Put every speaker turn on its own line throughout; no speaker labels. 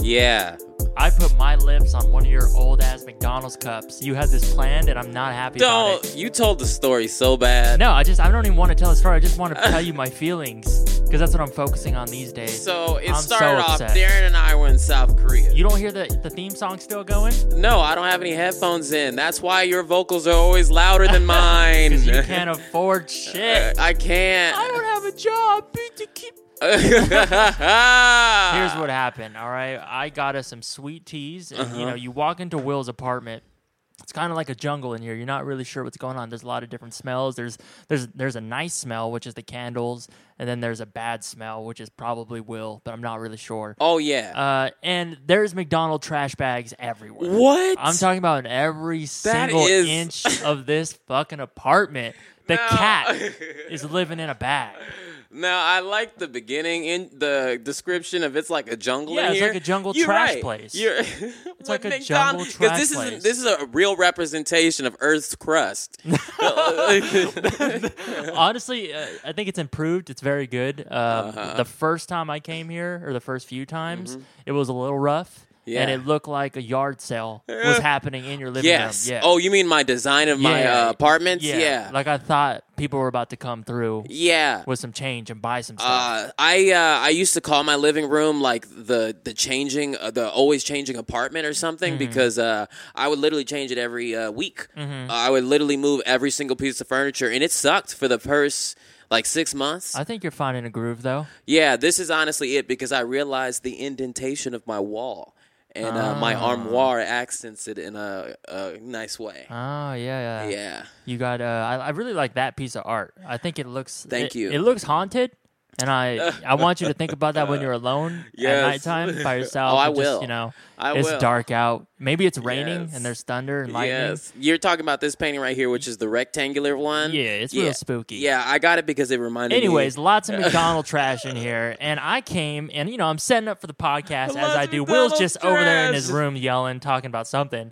Yeah.
I put my lips on one of your old ass McDonald's cups. You had this planned, and I'm not happy about
Don't.
it.
You told the story so bad.
No, I just I don't even want to tell the story. I just want to tell you my feelings because that's what I'm focusing on these days.
So it
I'm so
started off.
upset.
Darren and I were in South Korea.
you don't hear the the theme song still going?
no, I don't have any headphones in. That's why your vocals are always louder than mine.
'Cause you can't afford
Uh,
shit.
I can't.
I don't have a job.
Uh,
Here's what happened. All right, I got us some sweet teas, and
Uh-huh.
you know, you walk into Will's apartment. It's kind of like a jungle in here. You're not really sure what's going on. There's a lot of different smells. There's there's there's a nice smell, which is the candles, and then there's a bad smell, which is probably Will, but I'm not really sure.
Oh yeah.
Uh, and there's McDonald trash bags everywhere.
what?
I'm talking about in every single
is-
inch of this fucking apartment. The
No.
cat is living in a bag.
Now I like the beginning in the description of it's like a jungle.
Yeah,
in
it's
here.
like a jungle
You're
trash
right.
place.
You're, it's
like a jungle trash
this
place.
Is, this is a real representation of Earth's crust.
Honestly, uh, I think it's improved. It's very good. Um,
Uh-huh.
The first time I came here, or the first few times, it was a little rough,
Mm-hmm. Yeah.
and it looked like a yard sale was happening in your living
yes.
room. Yeah.
Oh, you mean my design of my
Yeah.
uh, apartments?
yeah. Like I thought people were about to come through
yeah.
with some change and buy some stuff.
Uh, I uh, I used to call my living room like the the changing uh, the always changing apartment or something
Mm-hmm.
because uh, I would literally change it every uh, week.
Mm-hmm.
Uh, I would literally move every single piece of furniture, and it sucked for the first like six months.
I think you're finding a groove though.
yeah, this is honestly it because I realized the indentation of my wall and uh, my
Ah.
armoire accents it in a, a nice way.
Oh yeah, yeah.
yeah,
You got. Uh, I, I really like that piece of art. I think it looks.
Thank
it-
you.
It looks haunted, and I I want you to think about that when you're alone at
Yes.
nighttime by yourself.
Oh, I
and just,
will.
you know,
I
it's
will.
dark out. Maybe it's raining
Yes.
and there's thunder and lightning.
yes. You're talking about this painting right here, which is the rectangular one.
Yeah, it's
yeah.
real spooky.
Yeah, I got it because it reminded me.
Anyways, lots of McDonald trash in here, and I came and you know I'm setting up for the podcast as
Lots
I
of
do.
McDonald's
Will's just over there in his
trash.
room yelling, talking about something.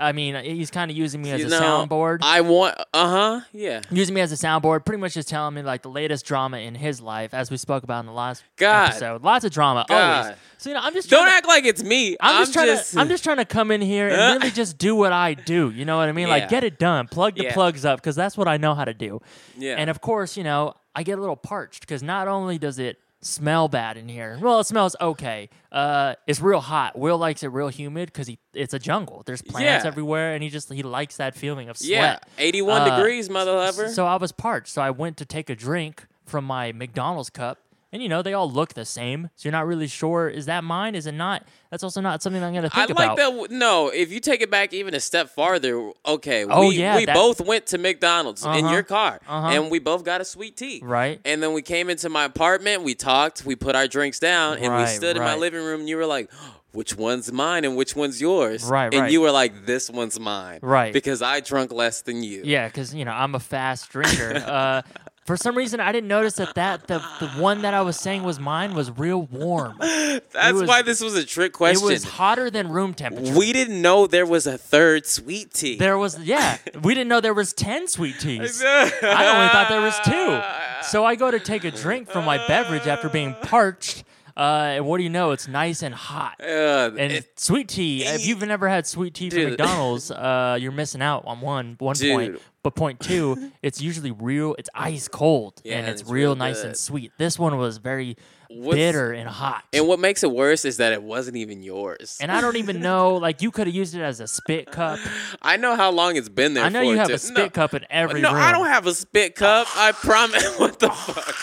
I mean, he's kind of using me as
You
a
know,
soundboard.
I want. Uh huh. Yeah.
using me as a soundboard, pretty much just telling me like the latest drama in his life, as we spoke about in the last
God.
episode. Lots of drama,
God.
always. So you know, I'm just
Don't
trying to-
act like it's me.
I'm, just trying to. I'm just trying to come in here and really just do what I do. You know what I mean? Like
Yeah.
get it done, plug the
Yeah.
plugs up, because that's what I know how to do.
Yeah.
And of course, you know, I get a little parched because not only does it smell bad in here, well, it smells okay. Uh, it's real hot. Will likes it real humid because he it's a jungle. There's plants
Yeah.
everywhere, and he just he likes that feeling of sweat.
Yeah. 81
Uh,
degrees, mother lover.
So I was parched. So I went to take a drink from my McDonald's cup. And you know, they all look the same. So you're not really sure is that mine? Is it not? That's also not something I'm going to
I
think
like
about.
that. w- No, if you take it back even a step farther, okay.
Oh,
we,
yeah,
We
that-
both went to McDonald's in
Uh-huh.
your car,
Uh-huh.
and we both got a sweet tea.
Right.
And then we came into my apartment. We talked. We put our drinks down, and we
Right,
stood in my
right.
living room. And you were like. "Oh, Which one's mine and which one's yours?
Right,
And
right.
you were like, "This one's mine,"
Right.
Because I drunk less than you.
Yeah, because you know I'm a fast drinker. uh, for some reason, I didn't notice that that the, the one that I was saying was mine was real warm. It
That's
was-
why this was a trick question.
was hotter than room temperature.
We didn't know there was a third sweet tea.
There was yeah, we didn't know there was ten sweet teas. I only thought there was two. So I go to take a drink from my beverage after being parched. Uh, and what do you know? It's nice and hot.
Uh,
And
it-
sweet tea. If you've never had sweet tea from
Dude.
McDonald's, uh, you're missing out on one one point.
Dude.
But point two, it's usually real. It's ice cold,
Yeah,
and
and
it's,
it's
real
real
nice and
good.
sweet. This one was very
What's-
bitter and hot.
and what makes it worse is that it wasn't even yours.
and I don't even know. Like you could have used it as a spit cup.
I know how long it's been there.
I know
for
you have
too.
a spit cup in
No,
every
no,
room.
I don't have a spit cup. I promise. What the fuck?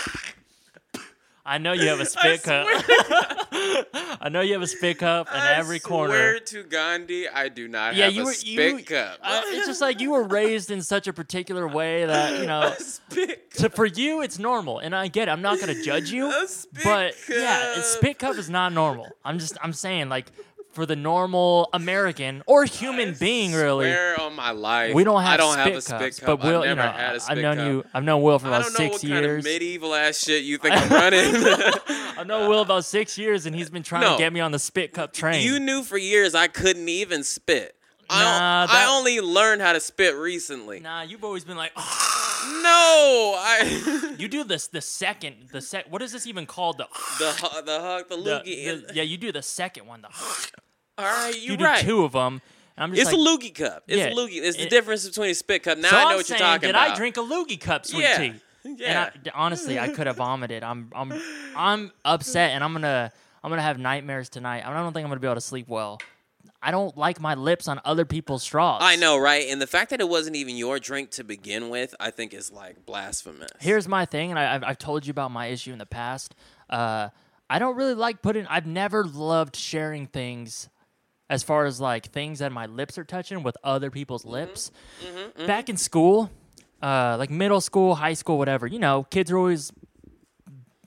I know you have a spit cup.
Swear,
I know you have a spit cup in
I
every corner.
Swear to Gandhi, I do not
Yeah,
have
you
a
were
spit
you.
cup.
I- Uh, it's just like you were raised in such a particular way that you know
a spit cup.
So for you, it's normal, and I get. It. I'm not gonna judge you,
A spit
but yeah,
cup.
a spit cup is not normal. I'm just, I'm saying, like, for the normal American or human being, really,
Swear on my life.
we don't have.
I don't
spit
have a
cups,
spit cup.
But Will,
I've
you
never
know,
had a spit
I've known
cup.
you. I've known Will for
I
about
don't know what
six
kind of
years.
medieval ass shit you think I'm running.
I know Will about six years, and he's been trying
No.
to get me on the spit cup train.
You knew for years I couldn't even spit. I,
Nah,
I
that-
only learned how to spit recently.
nah, you've always been like, "Ah."
No, I.
you You do this the second the sec. What is this even called? The,
The hu- the hug, the
the-
loogie.
the-
and-
yeah, you do the second one. The
all right,
you
you're
do
right.
two of them. I'm just
It's
like,
a loogie cup. It's
Yeah,
a loogie. It's the
it-
difference between a spit cup. Now
so
I know
am
what you're
saying,
talking
did
about.
I drink a loogie cup, sweet
Yeah.
tea?
Yeah.
And I, honestly, I could have vomited. I'm I'm I'm upset, and I'm gonna I'm gonna have nightmares tonight. I don't think I'm gonna be able to sleep well. I don't like my lips on other people's straws.
I know, right? And the fact that it wasn't even your drink to begin with, I think is like blasphemous.
here's my thing, and I, I've, I've told you about my issue in the past. Uh, I don't really like putting. I've never loved sharing things, as far as like things that my lips are touching with other people's
Mm-hmm.
lips. Back in school, uh, like middle school, high school, whatever. You know, kids are always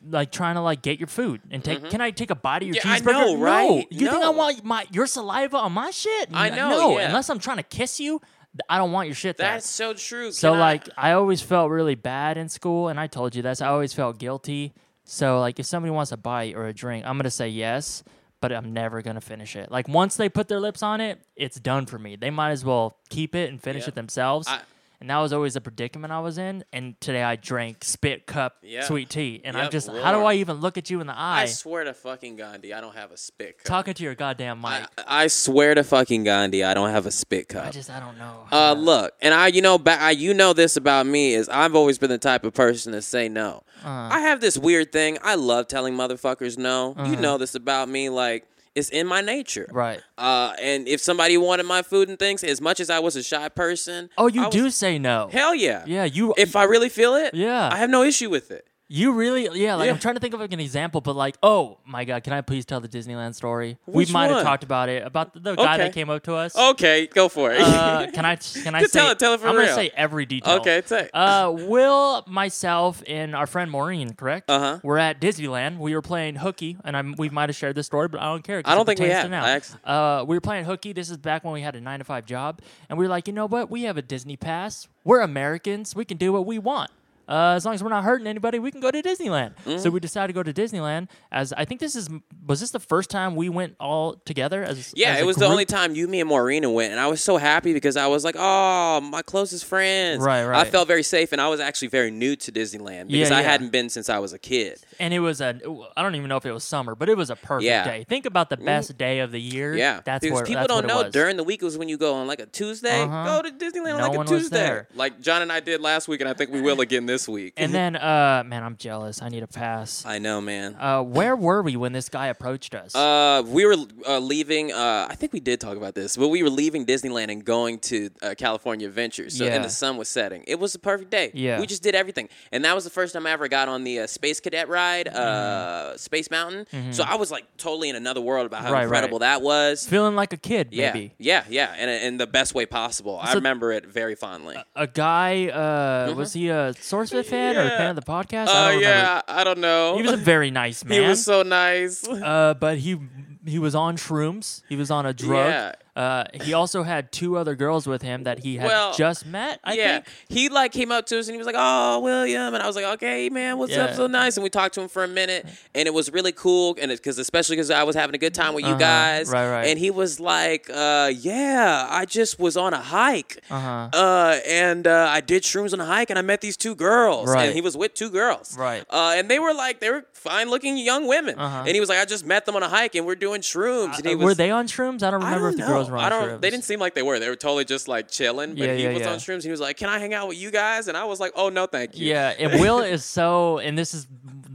like trying to like get your food and take. Can I take a bite of your
Mm-hmm. Yeah, I
cheeseburger?
know, right?
No. You think I
No.
want my your saliva on my shit?
I know,
No,
yeah.
unless I'm trying to kiss you, I don't want your shit. there.
That's so true.
So
Can I-
like I always felt really bad in school, and I told you this. I always felt guilty. So like if somebody wants a bite or a drink, I'm gonna say yes, but I'm never gonna finish it. Like once they put their lips on it, it's done for me. They might as well keep it and finish
Yeah.
it themselves.
I-
and that was always a predicament I was in. And today I drank spit cup
Yeah.
sweet tea, and I'm
Yep,
just how do
roar.
I even look at you in the
I,
eye
swear to fucking Gandhi, I don't have a spit cup.
talking to your goddamn mic?
I, uh, I swear to fucking Gandhi, I don't have a spit cup.
I just I don't know.
Uh, look, and I, you know, ba- I, you know this about me is I've always been the type of person to say no.
Uh,
I have this weird thing. I love telling motherfuckers no. You know this about me, like it's in my nature,
Mm-hmm. right.
Uh, and if somebody wanted my food and things, as much as I was a shy person,
Oh, you
I was-
do say no.
Hell yeah,
yeah, you
If I really feel it,
Yeah.
I have no issue with it.
You really, yeah. Like
Yeah.
I'm trying to think of like an example, but like, oh my god, can I please tell the Disneyland story?
Which
we might
one?
have talked about it about the, the guy
Okay.
that came up to us.
Okay, go for it.
Uh, can I? Can I
Just
say,
tell it- tell it for
I'm
real.
gonna say every detail.
Okay, say it.
Uh, Will, myself, and our friend Maureen, correct?
Uh-huh.
We're at Disneyland. We were playing hooky, and I'm, we might have shared this story, but I don't care. 'cause
I don't
it
think we
pertains to
have.
now.
I actually-
Uh, we were playing hooky. This is back when we had a nine to five job, and we were like, you know what? We have a Disney pass. We're Americans. We can do what we want. Uh, as long as we're not hurting anybody, we can go to Disneyland.
Mm-hmm.
So we decided to go to Disneyland. As I think this is was this the first time we went all together as
Yeah,
as
it
a
was the only
group?
time you, me, and Maureen went, and I was so happy because I was like, "Oh, my closest friends!"
Right, right.
I felt very safe, and I was actually very new to Disneyland because
Yeah,
I
yeah.
hadn't been since I was a kid.
and it was a I don't even know if it was summer, but it was a perfect
Yeah.
day. Think about the best day of the year.
Yeah,
that's
because
where
people
that's
don't
what it
know
was.
during the week was when you go on like a Tuesday,
Uh-huh.
go to
No
Disneyland on like a
one was
Tuesday,
there.
like John and I did last week, and I think we will again this week.
And then, uh, man, I'm jealous. I need a pass.
I know, man.
Uh, where were we when this guy approached us?
Uh, we were uh, leaving. Uh, I think we did talk about this, but we were leaving Disneyland and going to uh, California Adventure. So
Yeah.
and the sun was setting. It was the perfect day.
Yeah.
we just did everything, and that was the first time I ever got on the uh, Space Cadet ride, uh, Space Mountain. So I was like totally in another world about how
Mm-hmm. Right,
incredible
right.
that was.
Feeling like a kid,
Yeah,
maybe.
yeah, yeah, and in the best way possible. I
So-
remember it very fondly.
A guy, uh, was he a SourceFed fan or a fan of the podcast? I
Mm-hmm. Uh,
don't remember.
yeah, I I don't know.
He was a very nice
He
man.
was so nice.
uh, but he he was on shrooms. He was on a drug.
Yeah.
Uh, he also had two other girls with him that he had
Well,
just met. I
yeah,
think.
he like came up to us and he was like, "Oh, William," and I was like, "Okay, man, what's up?
Yeah.
So nice." And we talked to him for a minute, and it was really cool, and because especially because I was having a good time with you
Uh-huh.
guys,
Right, right.
And he was like, uh, "Yeah, I just was on a hike,
Uh-huh.
uh, and uh, I did shrooms on a hike, and I met these two girls,
Right.
and he was with two girls,
Right.
Uh, and they were like, they were fine-looking young women,
Uh-huh.
and he was like, "I just met them on a hike, and we're doing shrooms," and he
Uh,
was
were they on shrooms? I don't remember
I
if
don't
the
know.
girls were on
I don't.
shrooms.
They didn't seem like they were. They were totally just like chilling. But
Yeah,
he
yeah,
was
yeah.
on shrooms. He was like, "Can I hang out with you guys?" And I was like, "Oh no, thank you."
Yeah, and Will is so, and this is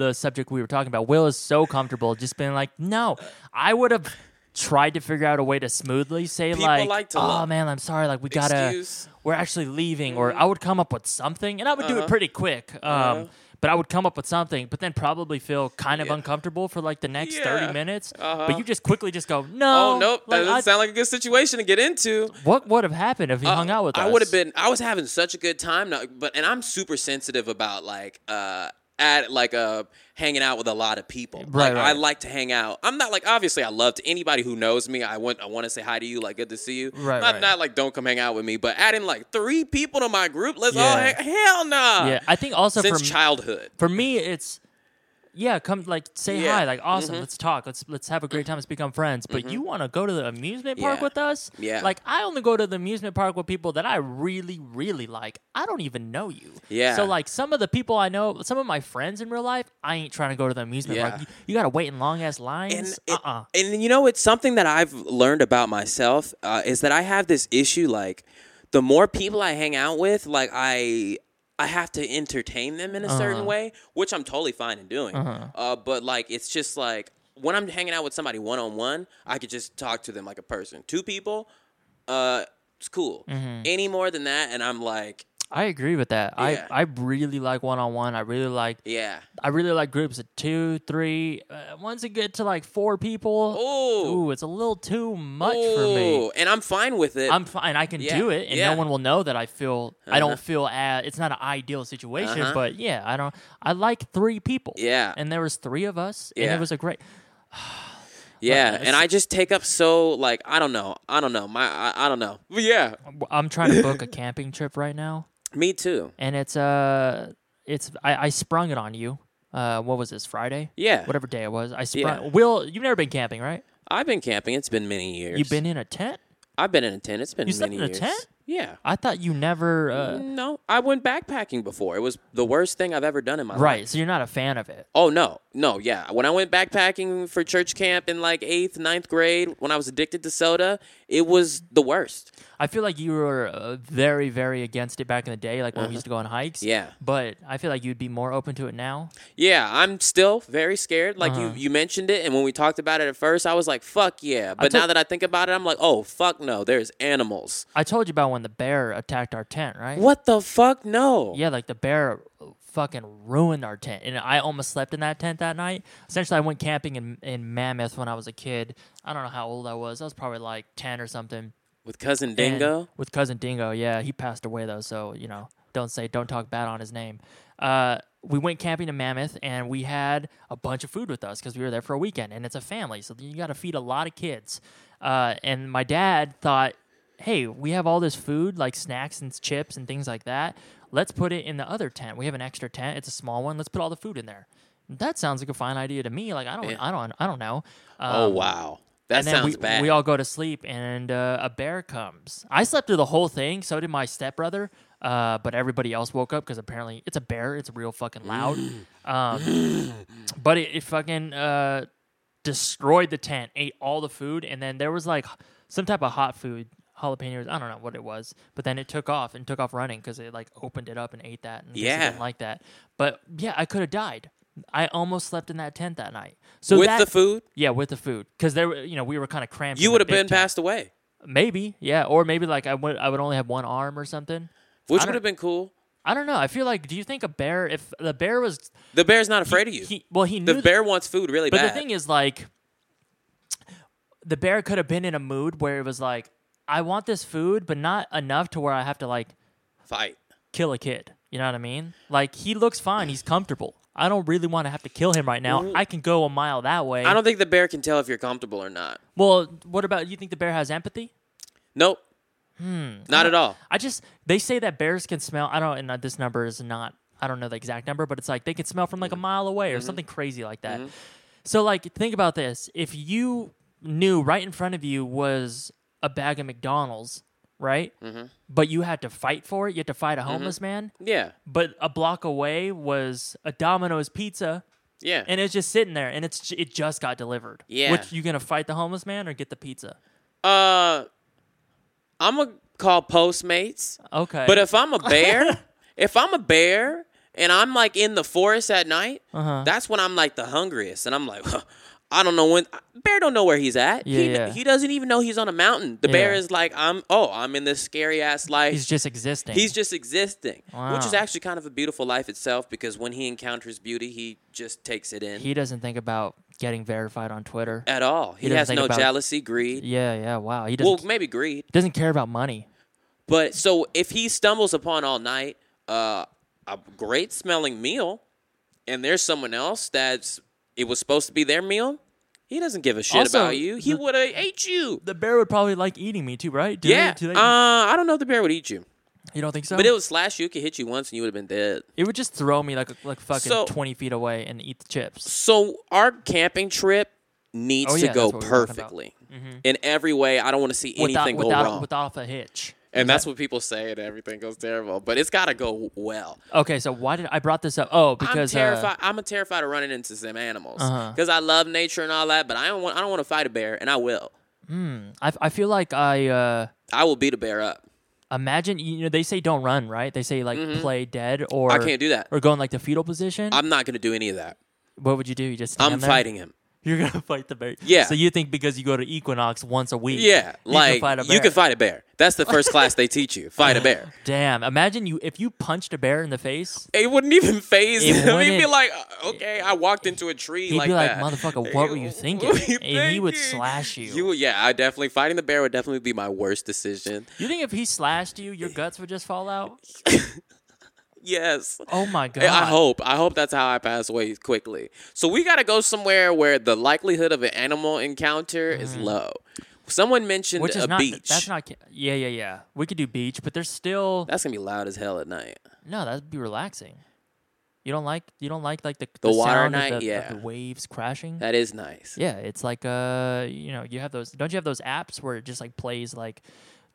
the subject we were talking about. Will is so comfortable just being like, no, I would have tried to figure out a way to smoothly say
People
like,
like to
oh
look.
man, I'm sorry, like we gotta,
Excuse. Mm-hmm.
we're actually leaving, or I would come up with something, and I would do
Uh-huh.
it pretty quick. Um, But I would come up with something, but then probably feel kind of uncomfortable for like the next
Yeah.
thirty minutes.
Uh-huh.
But you just quickly just go, no,
Oh nope, that
like,
doesn't
I-
sound like a good situation to get into.
what would have happened if he hung out with
I
us?
would have been. I was having such a good time, now, but and I'm super sensitive about like uh at like uh hanging out with a lot of people.
Right,
Like,
right.
I like to hang out. I'm not like obviously I love to anybody who knows me. I want I want to say hi to you. Like good to see you.
Right,
Not
right.
not like don't come hang out with me, but adding like three people to my group. Let's all
Yeah.
hang. Hell no.
Yeah, I think also
uh, Since
for me-
childhood.
for me it's yeah, come like say
Yeah. Mm-hmm.
hi, like awesome. Let's talk. Let's let's have a great time. Let's become friends. But you want to go to the amusement park
Yeah.
with us?
Yeah.
Like I only go to the amusement park with people that I really really like. I don't even know you.
Yeah.
So like some of the people I know, some of my friends in real life, I ain't trying to go to the amusement
Yeah.
park. You, you gotta wait in long ass
and
lines.
it-
Uh uh
and you know it's something that i've learned about myself uh, is that i have this issue like the more people i hang out with like i i have to entertain them in a
Uh-huh.
certain way which i'm totally fine in doing uh but like it's just like when i'm hanging out with somebody one-on-one i could just talk to them like a person two people uh it's cool
Mm-hmm.
any more than that and i'm like
I agree with that.
Yeah.
I I really like one on one. I really like
yeah
I really like groups of two, three. Uh, once it get to like four people,
Ooh.
ooh, it's a little too much for me.
Ooh, and i'm fine with it
I'm fine. I can
Yeah,
do it, and
yeah.
no one will know that I feel. I
Uh-huh.
don't feel as it's not an ideal situation,
Uh-huh.
but yeah, I don't. I like three people.
Yeah.
and there was three of us,
Yeah.
and it was a great.
Yeah,
Like,
and I just take up so like I don't know, I don't know, my I, I don't know. But yeah,
I'm trying to book a camping trip right now,
me too.
and it's uh, it's I, I sprung it on you. Uh, what was this Friday?
Yeah.
whatever day it was. I sprung.
Yeah.
Will, you've never been camping, right?
I've been camping. It's been many years.
You've been in a tent.
I've been in a tent. It's been
You slept
many
in a
years.
tent?
Yeah.
I thought you never. Uh,
No, I went backpacking before. It was the worst thing I've ever done in my life.
Right, so you're not a fan of it.
Oh no, no, yeah. When I went backpacking for church camp in like eighth, ninth grade, when I was addicted to soda, it was the worst.
I feel like you were uh, very, very against it back in the day, like when we used to go on hikes.
Uh-huh. Yeah.
But I feel like you'd be more open to it now.
Yeah, I'm still very scared. Like
Uh-huh.
you, you mentioned it, and when we talked about it at first, I was like, "Fuck yeah!" But now
took-
that I think about it, I'm like, "Oh fuck no!" There's animals.
I told you about when the bear attacked our tent, right?
What the fuck? No.
Yeah, like the bear uh, fucking ruined our tent, and I almost slept in that tent that night. Essentially, I went camping in, in Mammoth when I was a kid. I don't know how old I was. I was probably like ten or something.
With cousin
and-
Dingo.
with cousin Dingo. Yeah, he passed away though, so you know, don't say don't talk bad on his name. Uh, we went camping to Mammoth, and we had a bunch of food with us because we were there for a weekend, and it's a family, so you got to feed a lot of kids. Uh, and my dad thought, hey, we have all this food like snacks and chips and things like that. Let's put it in the other tent. We have an extra tent. It's a small one. Let's put all the food in there. That sounds like a fine idea to me. Like I don't, I don't, I don't know.
oh
Um,
wow, that
and then
sounds
we,
bad.
we all go to sleep, and uh, a bear comes. I slept through the whole thing. So did my stepbrother. Uh, but everybody else woke up because apparently it's a bear. It's real fucking loud. Um, but it, it fucking uh, destroyed the tent, ate all the food, and then there was like some type of hot food, jalapenos. I don't know what it was, but then it took off and took off running because it like opened it up and ate that. And I guess it
Yeah.
didn't like that. But yeah, I could have died. I almost slept in that tent that night. So
With
that,
the food,
yeah, with the food, because there, were- you know, we were kind of cramped.
you
in
would
the
have been
big tent.
passed away,
Maybe, yeah, or maybe like I would, I would only have one arm or something.
which
I
would
don't-
have been cool.
I don't know. I feel like, do you think a bear, if the bear was,
The bear's not afraid of you.
he, well, he knew,
the
th-
bear wants food really
but
bad.
the thing is, like, the bear could have been in a mood where it was like, I want this food, but not enough to where I have to like
Fight.
kill a kid. You know what I mean? Like he looks fine, he's comfortable. I don't really want to have to kill him right now. I can go a mile that way.
I don't think the bear can tell if you're comfortable or not.
well, what about you? Think the bear has empathy?
Nope.
Hmm.
Not at all.
I just they say that bears can smell. I don't. And uh, this number is not. I don't know the exact number, but it's like they can smell from like
Mm-hmm.
a mile away or something crazy like that. So like think about this: if you knew right in front of you was a bag of McDonald's, right?
Mm-hmm.
But you had to fight for it. You had to fight a homeless man.
Yeah.
But a block away was a Domino's pizza,
Yeah.
and it's just sitting there, and it's ju- it just got delivered.
Yeah.
which you gonna fight the homeless man or get the pizza?
uh, I'm gonna call Postmates.
Okay,
But if I'm a bear, if I'm a bear and I'm like in the forest at night,
Uh-huh.
that's when I'm like the hungriest, and I'm like, I don't know when bear don't know where he's at.
Yeah,
he,
yeah.
he doesn't even know he's on a mountain. The bear
Yeah.
is like, I'm oh, I'm in this scary ass life.
he's just existing.
He's just existing, which
Wow.
is actually kind of a beautiful life itself because when he encounters beauty, he just takes it in
He doesn't think about getting verified on Twitter.
at all. He,
doesn't
has
think
no
about-
jealousy, greed.
Yeah, yeah, wow. He
Well,
doesn't
maybe greed.
doesn't care about money.
But so if he stumbles upon all night uh, a great smelling meal, and there's someone else that's it was supposed to be their meal, he doesn't give a shit
Also,
about you. He
the-
would have ate you.
The bear would probably like eating me too, right? Do
yeah.
They, do they,
uh, I don't know if the bear would eat you.
You don't think so?
But it would slash you, it could hit you once and you would have been dead.
It would just throw me like like fucking
So-
twenty feet away and eat the chips.
So our camping trip needs
Oh, yeah,
to go
that's what we were talking about. Mm-hmm.
perfectly in every way. I don't want to see
Without
anything go
without
wrong.
without a hitch.
and that's what people say, and everything goes terrible. But it's got to go well.
Okay, so why did I brought this up? Oh, because
I'm
uh,
terrified. I'm terrified of running into some animals
Uh-huh.
because I love nature and all that. But I don't want. I don't want to fight a bear, and I will.
I, I feel like I uh,
I will beat a bear up.
imagine you know they say don't run right. They say like play dead or
Mm-hmm. I can't do that.
or go in like the fetal position.
I'm not going to do any of that.
what would you do? You just stand
I'm
there?
fighting him.
You're gonna fight the bear.
Yeah.
So you think because you go to Equinox once a week?
Yeah,
you
like
can fight a bear.
you can fight a bear. That's the first class they teach you. Fight a bear.
Damn! Imagine you if you punched a bear in the face.
It wouldn't even phase
It
him. He'd be
wouldn't.
like, "Uh, okay, I walked into a tree
He'd
like
be like,
that.
"Motherfucker, what were you thinking?"
What were you
And he would
thinking?
slash you.
You, yeah, I definitely fighting the bear would definitely be my worst decision.
You think if he slashed you, your guts would just fall out?
Yes.
Oh my god!
I hope. I hope that's how I pass away quickly. So we got to go somewhere where the likelihood of an animal encounter is low. Someone mentioned
Mm-hmm. Which is
a
not.
beach.
That's not. ca- Yeah, yeah, yeah. We could do beach, but there's still
That's gonna be loud as hell at night.
no. That'd be relaxing. You don't like. You don't like like the
The water
sound
night?
Of the,
Yeah.
Of the waves crashing.
That is nice.
Yeah, it's like uh, you know, you have those. Don't you have those apps where it just like plays like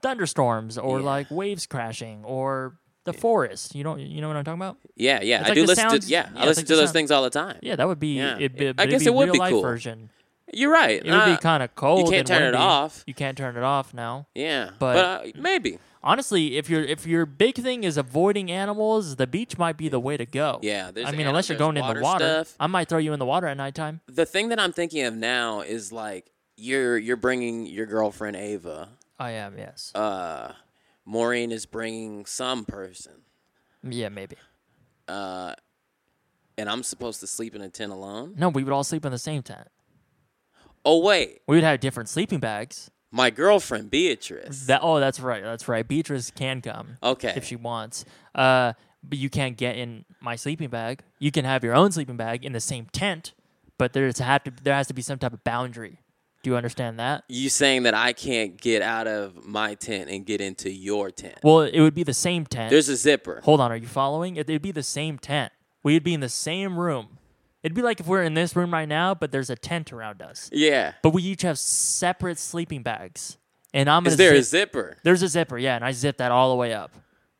thunderstorms or
Yeah.
like waves crashing or the forest? You don't. You know what I'm talking about?
Yeah, yeah. I
It's like
do
the
listen.
sounds-
to, yeah,
yeah,
I
it's
listen
like
to
the
those
sound-
things all the time.
Yeah, that would be.
Yeah.
It'd be,
I
but it'd
guess
be
it would
real
be
life
cool.
version.
You're right.
It would
Uh,
be kind of cold.
can't
and
turn it
windy.
off.
You can't turn it off now.
yeah, but,
but-
uh, maybe.
Honestly, if your if your big thing is avoiding animals, the beach might be the way to go.
Yeah, there's
I mean,
anim-
unless you're
there's
going in
water
the water,
stuff.
I might throw you in the water at nighttime.
The thing that I'm thinking of now is like you're you're bringing your girlfriend Ava.
I am, yes.
Uh, Maureen is bringing some person,
yeah, maybe.
uh, and I'm supposed to sleep in a tent alone.
No, we would all sleep in the same tent.
Oh wait,
We would have different sleeping bags.
my girlfriend Beatrice.
That oh, that's right, that's right. Beatrice can come.
Okay.
If she wants. Uh, but you can't get in my sleeping bag. You can have your own sleeping bag in the same tent, but there's have to there has to be some type of boundary. Do you understand that?
you saying that I can't get out of my tent and get into your tent?
Well, it would be the same tent.
There's a zipper.
Hold on, are you following? It, it'd be the same tent. We'd be in the same room. It'd be like if we're in this room right now, but there's a tent around us.
Yeah.
But we each have separate sleeping bags. And I'm gonna
Is there a
zip-
zipper?
there's a zipper, yeah, and I zip that all the way up.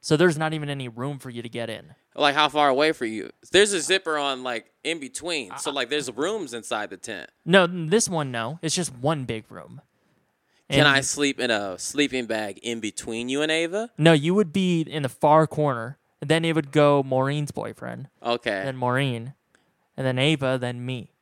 So there's not even any room for you to get in.
Like how far away for you? There's a zipper on like in between. So like there's rooms inside the tent.
No, n- this one no. It's just one big room.
Can
And-
I sleep in a sleeping bag in between you and Ava?
No, you would be in the far corner. And then it would go Maureen's boyfriend,
Okay.
then Maureen, and then Ava, then me.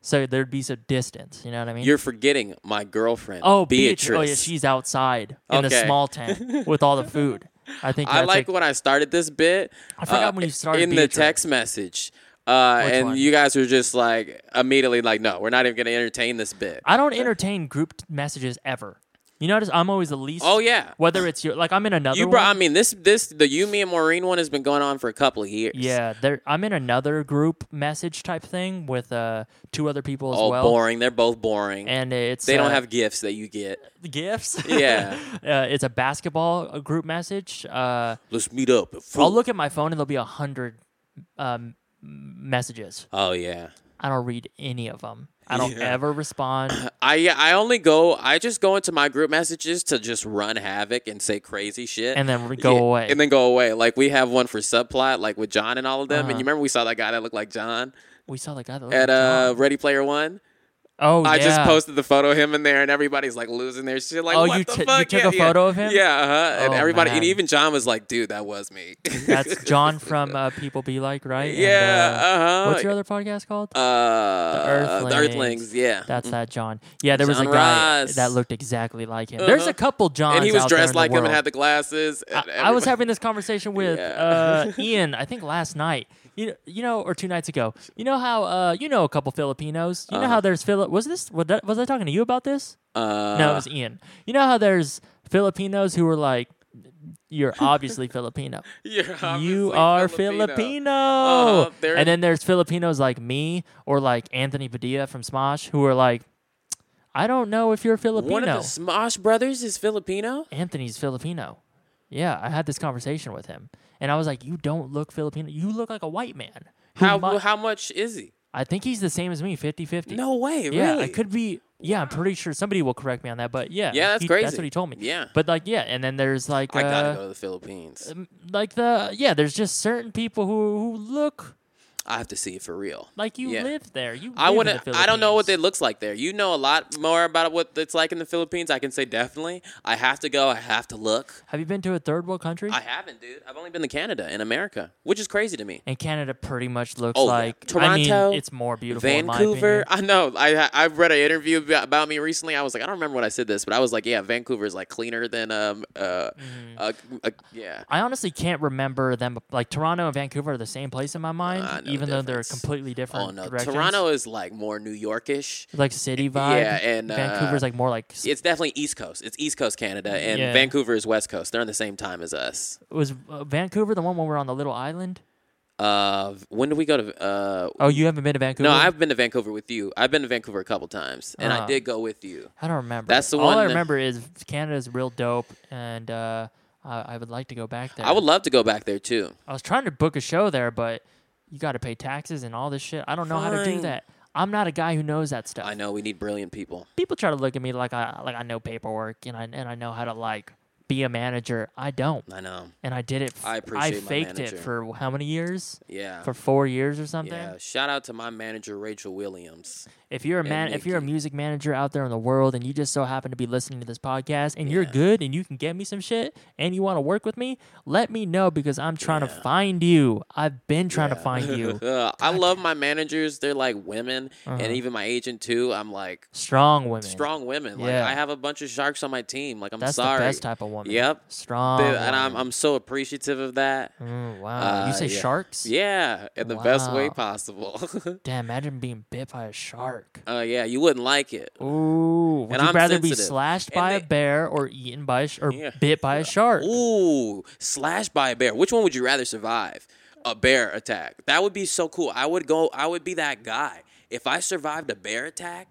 So there'd be some distance. You know what I mean?
You're forgetting my girlfriend.
Oh,
Beatrice.
Beatrice. Oh, yeah, she's outside in the
Okay.
small tent with all the food. I think
I
that's
like
like,
when I started this bit. uh,
I forgot when you started
in
Beatrice.
the text message. Uh,
Which
and
one?
you guys were just like immediately like, no, we're not even gonna entertain this bit.
I don't entertain group t- messages ever. You notice I'm always the least.
Oh, yeah.
Whether it's your like I'm in another.
you brought. I
one.
mean, this this the you, me, and Maureen one has been going on for a couple of years.
Yeah, there. I'm in another group message type thing with uh two other people as
All
well,
boring. They're both boring.
and it's
they don't
uh,
have gifts that you get.
gifts.
Yeah.
uh, it's a basketball uh, group message. Uh,
Let's meet up. at
I'll
four.
look at my phone and there'll be a hundred um messages.
Oh yeah.
I don't read any of them. I don't
Yeah.
ever respond.
I I only go. I just go into my group messages to just run havoc and say crazy shit,
And then go away.
and then go away. Like we have one for subplot, like with John and all of them. And
Uh-huh.
you remember we saw that guy that looked like John
We saw the guy that looked
at
like
uh
John.
Ready Player One.
Oh,
I just
yeah.
posted the photo of him in there, and everybody's like losing their shit. Like,
Oh,
what
you
the
t- you
fuck?
took
yeah,
a
yeah.
photo of him?
Yeah, uh-huh. and
Oh,
everybody, and
man.
even John was like, "Dude, that was me."
That's John from uh, People Be Like, right? And,
yeah.
uh,
Uh huh.
what's your other podcast called?
Uh,
The
the
Earthlings.
Earthlings, yeah.
That's that John. Yeah, there was
John
a guy
Ross.
that looked exactly like him. There's
Uh-huh.
a couple Johns.
and he was
out there
dressed
in the
like him and
world.
had the glasses. and
I, I was
everybody-
having this conversation with
Yeah.
uh, Ian, I think last night. You, you know, or two nights ago. You know how uh, you know a couple Filipinos. You know
Uh-huh.
how there's Philip. Was this was, that, was I talking to you about this?
Uh,
No, it was Ian. You know how there's Filipinos who are like, you're obviously Filipino.
You're
you
obviously
are
Filipino.
Filipino.
Uh-huh, there-
and then there's Filipinos like me or like Anthony Padilla from Smosh who are like, I don't know if you're
One of
Filipino.
the Smosh brothers is Filipino.
Anthony's Filipino. Yeah, I had this conversation with him, and I was like, "You don't look Filipino. You look like a white man." who
How
mu-
how much is he?
I think he's the same as me, 50-50.
No way, really.
Yeah, it could be. Yeah, I'm pretty sure somebody will correct me on that, but yeah,
Yeah, that's
he- That's
crazy.
what he told me.
Yeah.
but like, yeah, and then there's like,
I gotta
uh,
go to the Philippines.
m- like the yeah, there's just certain people who who look
I have to see it for real.
like you
Yeah.
live there. You,
I
live in
want
the
to. I don't know what it
Philippines.
looks like there. You know a lot more about what it's like in the Philippines. I can say definitely. I have to go. I have to look.
Have you been to a third world country?
I haven't, dude. I've only been to Canada and America, which is crazy to me.
and Canada pretty much looks
Oh, yeah.
like I
Toronto,
mean, it's more beautiful. in my
Vancouver.
opinion.
I know. I I read an interview ab- about me recently. I was like, I don't remember what I said this, but I was like, yeah, Vancouver is like cleaner than um uh,
Mm-hmm.
uh, uh yeah.
I honestly can't remember them. Like Toronto and Vancouver are the same place in my mind,
I know the
even though they're
difference.
completely different.
Oh no,
directions.
Toronto is like more New Yorkish.
like city vibe.
Yeah, and, uh,
Vancouver's like more like
It's definitely East Coast. It's East Coast Canada, and
Yeah.
Vancouver is West Coast. They're on the same time as us.
was uh, Vancouver the one when we were on the little island?
Uh, when do we go to uh?
Oh, you haven't been to Vancouver?
No, I've been to Vancouver with you. I've been to Vancouver a couple times, and
Ah.
I did go with you.
I don't remember.
That's the
All I
one that-
remember is Canada's real dope, and uh, I, I would like to go back there.
I would love to go back there too.
I was trying to book a show there, but you got to pay taxes and all this shit. I don't know how to do
Fine.
that. I'm not a guy who knows that stuff.
I know we need brilliant people.
People try to look at me like I like I know paperwork and I and I know how to like be a manager. I don't,
I know.
and I did it. f-
I appreciate my
faked it
manager.
for how many years?
Yeah.
For four years or something.
yeah. Shout out to my manager Rachel Williams.
If you're a man, if you're a
Nikki.
music manager out there in the world, and you just so happen to be listening to this podcast, and you're good, and you can get me some shit, and you want to work with me, let me know because I'm trying to find you. I've been trying to find you.
Uh, I love my managers. They're like women,
Uh-huh.
and even my agent too. I'm like
Strong women.
strong women. Like
Yeah.
I have a bunch of sharks on my team. Like I'm
That's
sorry.
the best type of woman.
Yep.
Strong.
Dude, and I'm
woman.
I'm so appreciative of that.
Mm, wow. you
uh,
say
yeah.
sharks?
Yeah, in the best way
Wow.
possible.
Damn. Imagine being bit by a shark.
uh, yeah, you wouldn't like it.
Ooh. Would
And
you
I'm
rather be
sensitive.
slashed
And
by a
they-
bear or eaten by a sh- or
Yeah.
bit by a shark?
Ooh, slashed by a bear. Which one would you rather survive? A bear attack. That would be so cool. I would go. I would be that guy. If I survived a bear attack,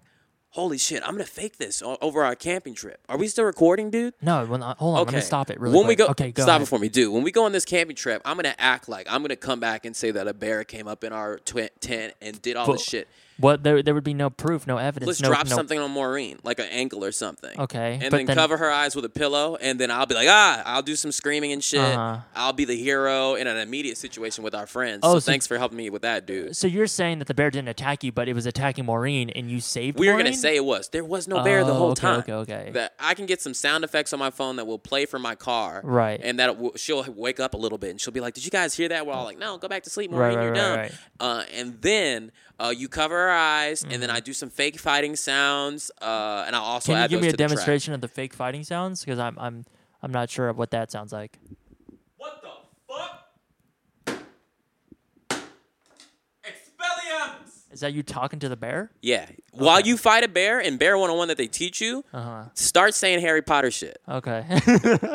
holy shit! I'm gonna fake this o- over our camping trip. Are we still recording, dude?
No. When, I- hold on. Let me stop it. Really
when
quick.
we go,
Okay. Go
stop
ahead.
it for me, dude. When we go on this camping trip, I'm gonna act like I'm gonna come back and say that a bear came up in our tw- tent and did all
But
this shit.
What there, there would be no proof, no evidence.
Let's
no,
drop
no-
something on Maureen, like an ankle or something.
Okay,
And
but
then,
then-
cover her eyes with a pillow, and then I'll be like, ah, I'll do some screaming and shit.
Uh-huh.
I'll be the hero in an immediate situation with our friends.
Oh,
so,
so-
thanks for helping me with that, dude.
So you're saying that the bear didn't attack you, but it was attacking Maureen, and you saved.
We were
Maureen?
gonna say it was. There was no bear the
Oh,
whole
okay,
time.
okay, okay.
That I can get some sound effects on my phone that will play for my car.
Right.
And that will, she'll wake up a little bit and she'll be like, "Did you guys hear that?" We're all like, "No, go back to sleep,
Right,
Maureen. you're
right,
done."
right,
Uh, and then uh, you cover her eyes, and then I do some fake fighting sounds, uh, and I'll
Mm-hmm.
also
Can you
add
give
those
me a
to the track.
demonstration of the fake fighting sounds? Because I'm, I'm, I'm not sure of what that sounds like.
What the fuck? Expelliarmus!
Is that you talking to the bear?
Yeah. While you fight a bear in Bear 101 that they teach you,
Uh
start saying Harry Potter shit.
huh. Okay.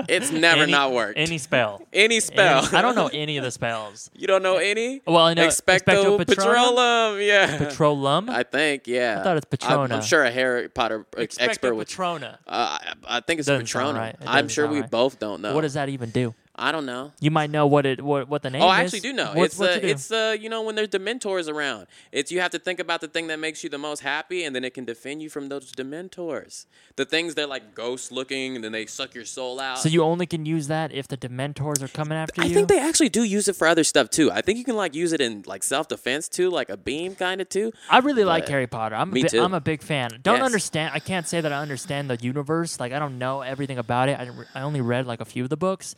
It's never
Any-
not worked. Any,
Any spell.
spell.
Any- I don't know any of the spells.
you don't know any?
Well, I know
Expecto
Expecto Patronum?
Patronum. Yeah.
Petrolum.
I think, yeah.
I thought it's
I'm, I'm
Patrona.
sure a Harry Potter ex-
Expecto
expert would.
Patrona.
Uh, I, I think it's
Doesn't sound
Patronum.
right. It
I'm
doesn't
sure
sound
we
right.
both don't know.
What does that even do?
I don't know.
You might know what it what what the name
Oh,
is.
I actually do know.
What's,
it's
what's
uh,
it do?
it's uh, you know when there's dementors around. It's you have to think about the thing that makes you the most happy, and then it can defend you from those dementors. The things that like ghost looking, and then they suck your soul out.
So you only can use that if the Dementors are coming after
uh, I
you.
think they actually do use it for other stuff too. I think you can like use it in like self defense too, like a beam kind of too.
I really like Harry Potter. I'm a
me
bi-
too.
I'm a big fan. Don't
Yes.
understand. I can't say that I understand the universe. Like I don't know everything about it. I didn't re- I only read like a few of the books,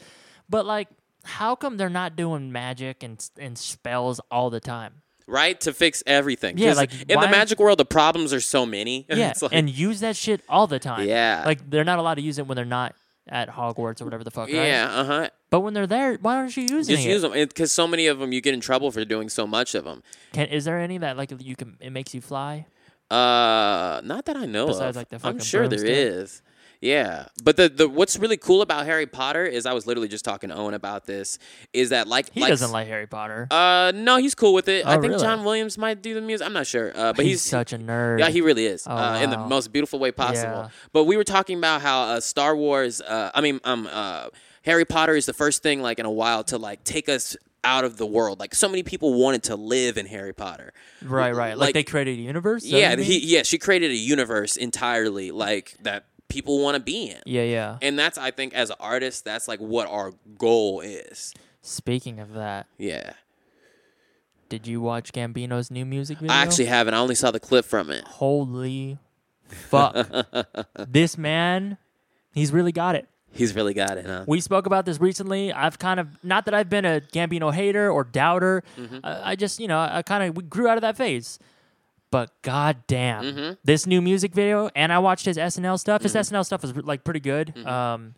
but like how come they're not doing magic and s- and spells all the time?
Right to fix everything.
Yeah,
'Cause
like,
in
why-
the magic world, the problems are so many.
Yeah,
It's like-
and use that shit all the time.
Yeah.
like they're not allowed to use it when they're not at Hogwarts or whatever the fuck. right?
yeah, uh huh.
but when they're there, why aren't you using
Just
it?
use them because so many of them you get in trouble for doing so much of them.
Can, is there any that like you can? It makes you fly.
Uh, not that I know
Besides,
of.
like, the fucking
I'm sure there
broomstick.
is. Yeah, but the, the what's really cool about Harry Potter is I was literally just talking to Owen about this. Is that like
He
like,
doesn't like Harry Potter.
Uh, no, he's cool with it. I
Oh,
think
really?
John Williams might do the music. I'm not sure. Uh, but
he's,
he's,
such a nerd.
yeah, he really is.
Oh,
uh, in the
wow.
most beautiful way possible.
Yeah.
But we were talking about how uh, Star Wars. Uh, I mean, um, uh, Harry Potter is the first thing like in a while to like take us out of the world. Like so many people wanted to live in Harry Potter.
Right, right. Like, they created a universe. Is that what
yeah,
you mean?
he, yeah, she created a universe entirely like that people want to be in.
yeah, yeah.
And that's I think as an artist, that's like what our goal is.
Speaking of that,
Yeah.
did you watch Gambino's new music video?
I actually haven't. I only saw the clip from it.
holy fuck, this man, he's really got it.
He's really got it, huh?
We spoke about this recently. I've kind of not that I've been a Gambino hater or doubter.
Mm-hmm.
I, I just you know I kind of we grew out of that phase. But goddamn,
Mm-hmm.
this new music video, and I watched his SNL stuff. His SNL stuff was like pretty good.
Mm-hmm.
Um,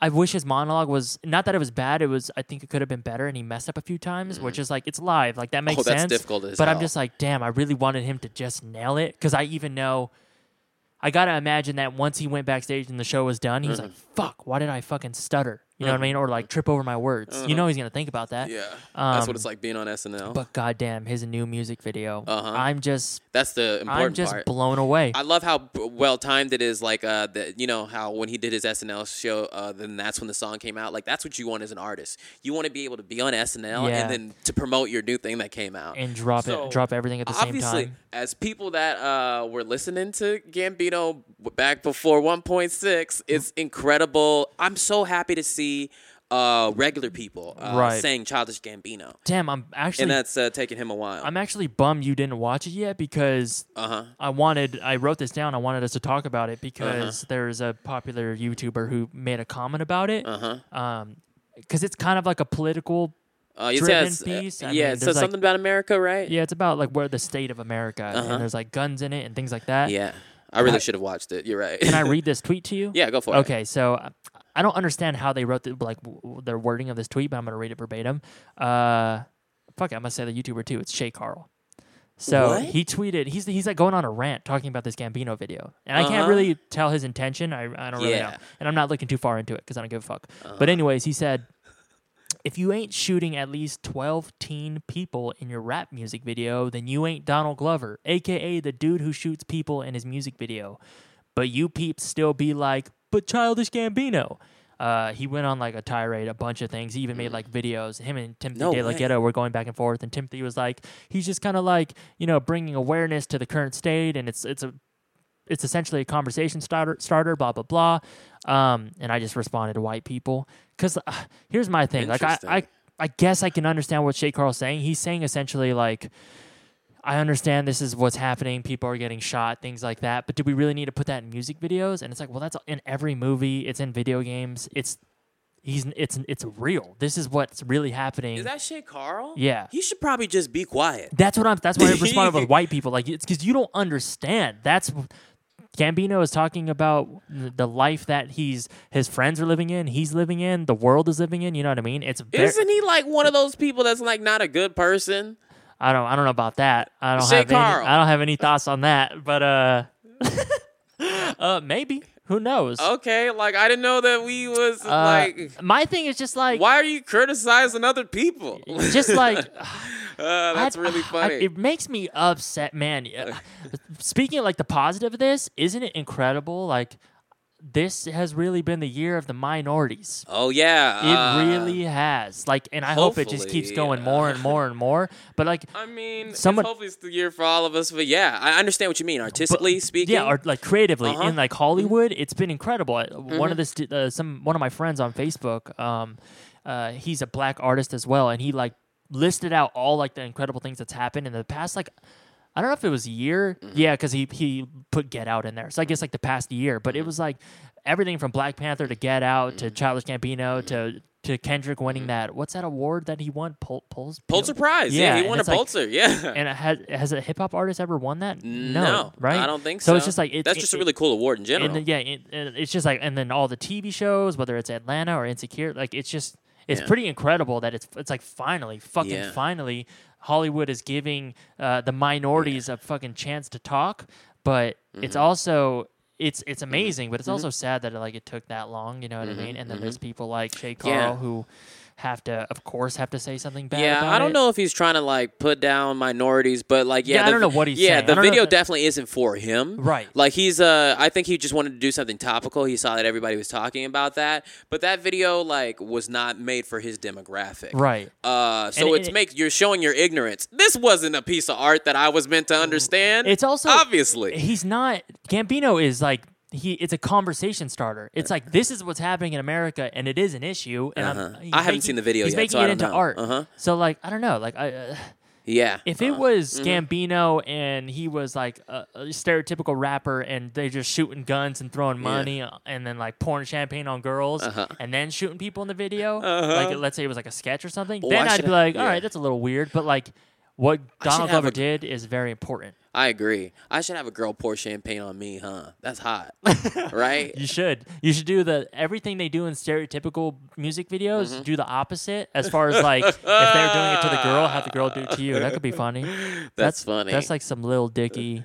I wish his monologue was not that it was bad. It was I think it could have been better, and he messed up a few times, which is like it's live, like that makes
Mm-hmm. Oh, that's
sense.
difficult as
but I'm
hell.
just like, damn, I really wanted him to just nail it because I even know. I gotta imagine that once he went backstage and the show was done, he was like,
Mm-hmm.
"Fuck, why did I fucking stutter?" You know what I mean? Or like trip over my words. You know he's gonna think about that.
Mm-hmm. Yeah. that's
Um,
what it's like being on SNL.
But goddamn, his new music video.
Uh-huh.
I'm just,
that's the
I'm
important
just
part.
blown away.
I love how well timed it is. Like, uh, the, you know how when he did his SNL show, uh, then that's when the song came out. Like, that's what you want as an artist. You want to be able to be on SNL
Yeah.
and then to promote your new thing that came out.
and drop
So,
it, drop everything at the same
Obviously,
time.
as people that uh, were listening to Gambino back before 1.6, it's incredible. I'm so happy to see uh, regular people uh,
Right.
saying "Childish Gambino,"
Damn, I'm
and
actually,
that's uh, taking him a while.
I'm actually bummed you didn't watch it yet because
Uh huh.
I wanted, I wrote this down. I wanted us to talk about
Uh-huh.
it because there's a popular YouTuber who made a comment about it.
Uh huh.
Um, because it's kind of like a political
Uh, it
Driven
says, uh,
piece, I
yeah,
mean,
it says
there's, like-
something about America, right?
Yeah, it's about like where the state of America
Uh-huh.
and there's like guns in it and things like that.
Yeah. I really
I-
should have watched it. You're right.
Can I read this tweet to you?
yeah, go for it.
Okay, so uh, I don't understand how they wrote the, like w- w- their wording of this tweet, but I'm gonna read it verbatim. Uh, fuck, it, I'm gonna say the YouTuber too. It's Shay Carl. So
What?
he tweeted he's he's like going on a rant talking about this Gambino video, and I can't
Uh-huh.
really tell his intention. I I don't really know,
Yeah. Uh-huh.
and I'm not looking too far into it because I don't give a fuck. But anyways, he said. If you ain't shooting at least 12 teen people in your rap music video, then you ain't Donald Glover, aka the dude who shoots people in his music video. But you peeps still be like, but Childish Gambino. Uh, he went on like a tirade, a bunch of things. He even made like videos. Him and Timothy
No
De La
way.
Ghetto were going back and forth, and Timothy was like, he's just kind of like, you know, bringing awareness to the current state, and it's it's a it's essentially a conversation starter, starter blah blah blah. Um, and I just responded to white people because uh, here's my thing. Like I, I
Interesting.
I guess I can understand what Shay Carl's saying. He's saying essentially like. I understand this is what's happening. People are getting shot, things like that. But do we really need to put that in music videos? And it's like, well, that's in every movie. It's in video games. It's he's it's it's real. This is what's really happening.
Is that shit, Carl?
Yeah.
He should probably just be quiet.
That's what I'm. That's why I responded with white people. Like it's because you don't understand. That's Gambino is talking about the life that he's his friends are living in. He's living in the world is living in. You know what I mean? It's very,
Isn't he like one of those people that's like not a good person?
I don't. I don't know about that. I don't
Say
have.
Carl.
Any, I don't have any thoughts on that. But uh, uh, maybe who knows?
Okay, like I didn't know that we was
Uh,
Oh, like.
my thing is just like.
Why are you criticizing other people?
Just like
uh, that's
I'd-
really
I-
funny.
it makes me upset, man. Yeah. Speaking of like the positive of this, isn't it incredible? Like this has really been the year of the minorities.
oh
It
yeah, uh,
really has. Like, and I hope it just keeps
hopefully,
going more and more and more. But like,
I mean,
Someone-
it's hopefully it's the year for all of us, but yeah, I understand what you mean. Artistically speaking,
yeah, or like creatively
Uh-huh.
in like Hollywood, it's been incredible. I- One of this, uh, some one of my friends on Facebook, um, uh, he's a black artist as well, and he like listed out all like the incredible things that's happened in the past like. I don't know if it was a year,
Mm-hmm.
yeah, because he he put Get Out in there, so I guess like the past year. But it
Mm-hmm.
was like everything from Black Panther to Get Out to Childish Gambino
Mm-hmm.
to to Kendrick winning that what's that award that he won? Pul- Puls-
Pulitzer Prize. Yeah, he
and
won a
it's like-
Pulitzer. yeah,
and has has a hip hop artist ever won that? No, right?
I don't think so.
So it's just like it,
that's
it-
just a
it-
really cool award in general.
and then, yeah, it, and it's just like and then all the TV shows, whether it's Atlanta or Insecure, like it's just it's
Yeah.
pretty incredible that it's it's like finally, fucking
Yeah.
finally, Hollywood is giving uh, the minorities a fucking chance to talk, but it's
Mm-hmm.
also. It's it's amazing, but it's also sad that it, like it took that long. You know what I mean? And then there's people like Shay Carl
Mm-hmm. Yeah.
who have to, of course, have to say something bad.
Yeah,
about
I don't
it.
know if he's trying to like put down minorities, but like yeah,
Yeah, I
the,
don't know what he's
Yeah,
saying. I
the
don't know
video
if that-
definitely isn't for him.
Right.
Like he's uh I think he just wanted to do something topical. He saw that everybody was talking about that, but that video like was not made for his demographic.
Right.
Uh so
And it-
it's make you're showing your ignorance. This wasn't a piece of art that I was meant to understand.
Mm, It's also
obviously.
he's not Gambino is like he it's a conversation starter. It's like this is what's happening in America and it is an issue and I'm-
Uh-huh.
he's
I haven't
making-
seen the video
he's
yet,
making
so I
it
don't
into
know.
art.
Uh-huh.
So like I don't know, like I uh,
Yeah.
if it was
Mm-hmm.
Gambino and he was like a, a stereotypical rapper and they just shooting guns and throwing money and then like pouring champagne on girls
Uh-huh.
and then shooting people in the video, like let's say it was like a sketch or something,
Oh,
then
Uh-huh. I
I'd
should
be
have-
like, all right,
yeah.
that's a little weird, but like what Donald
have
Glover
a-
did is very important.
I agree. I should have a girl pour champagne on me, huh? That's hot. right?
You should. You should do the everything they do in stereotypical music videos.
Mm-hmm.
Do the opposite as far as like if they're doing it to the girl, have the girl do it to you. That could be funny. That's,
funny.
That's like some Little Dicky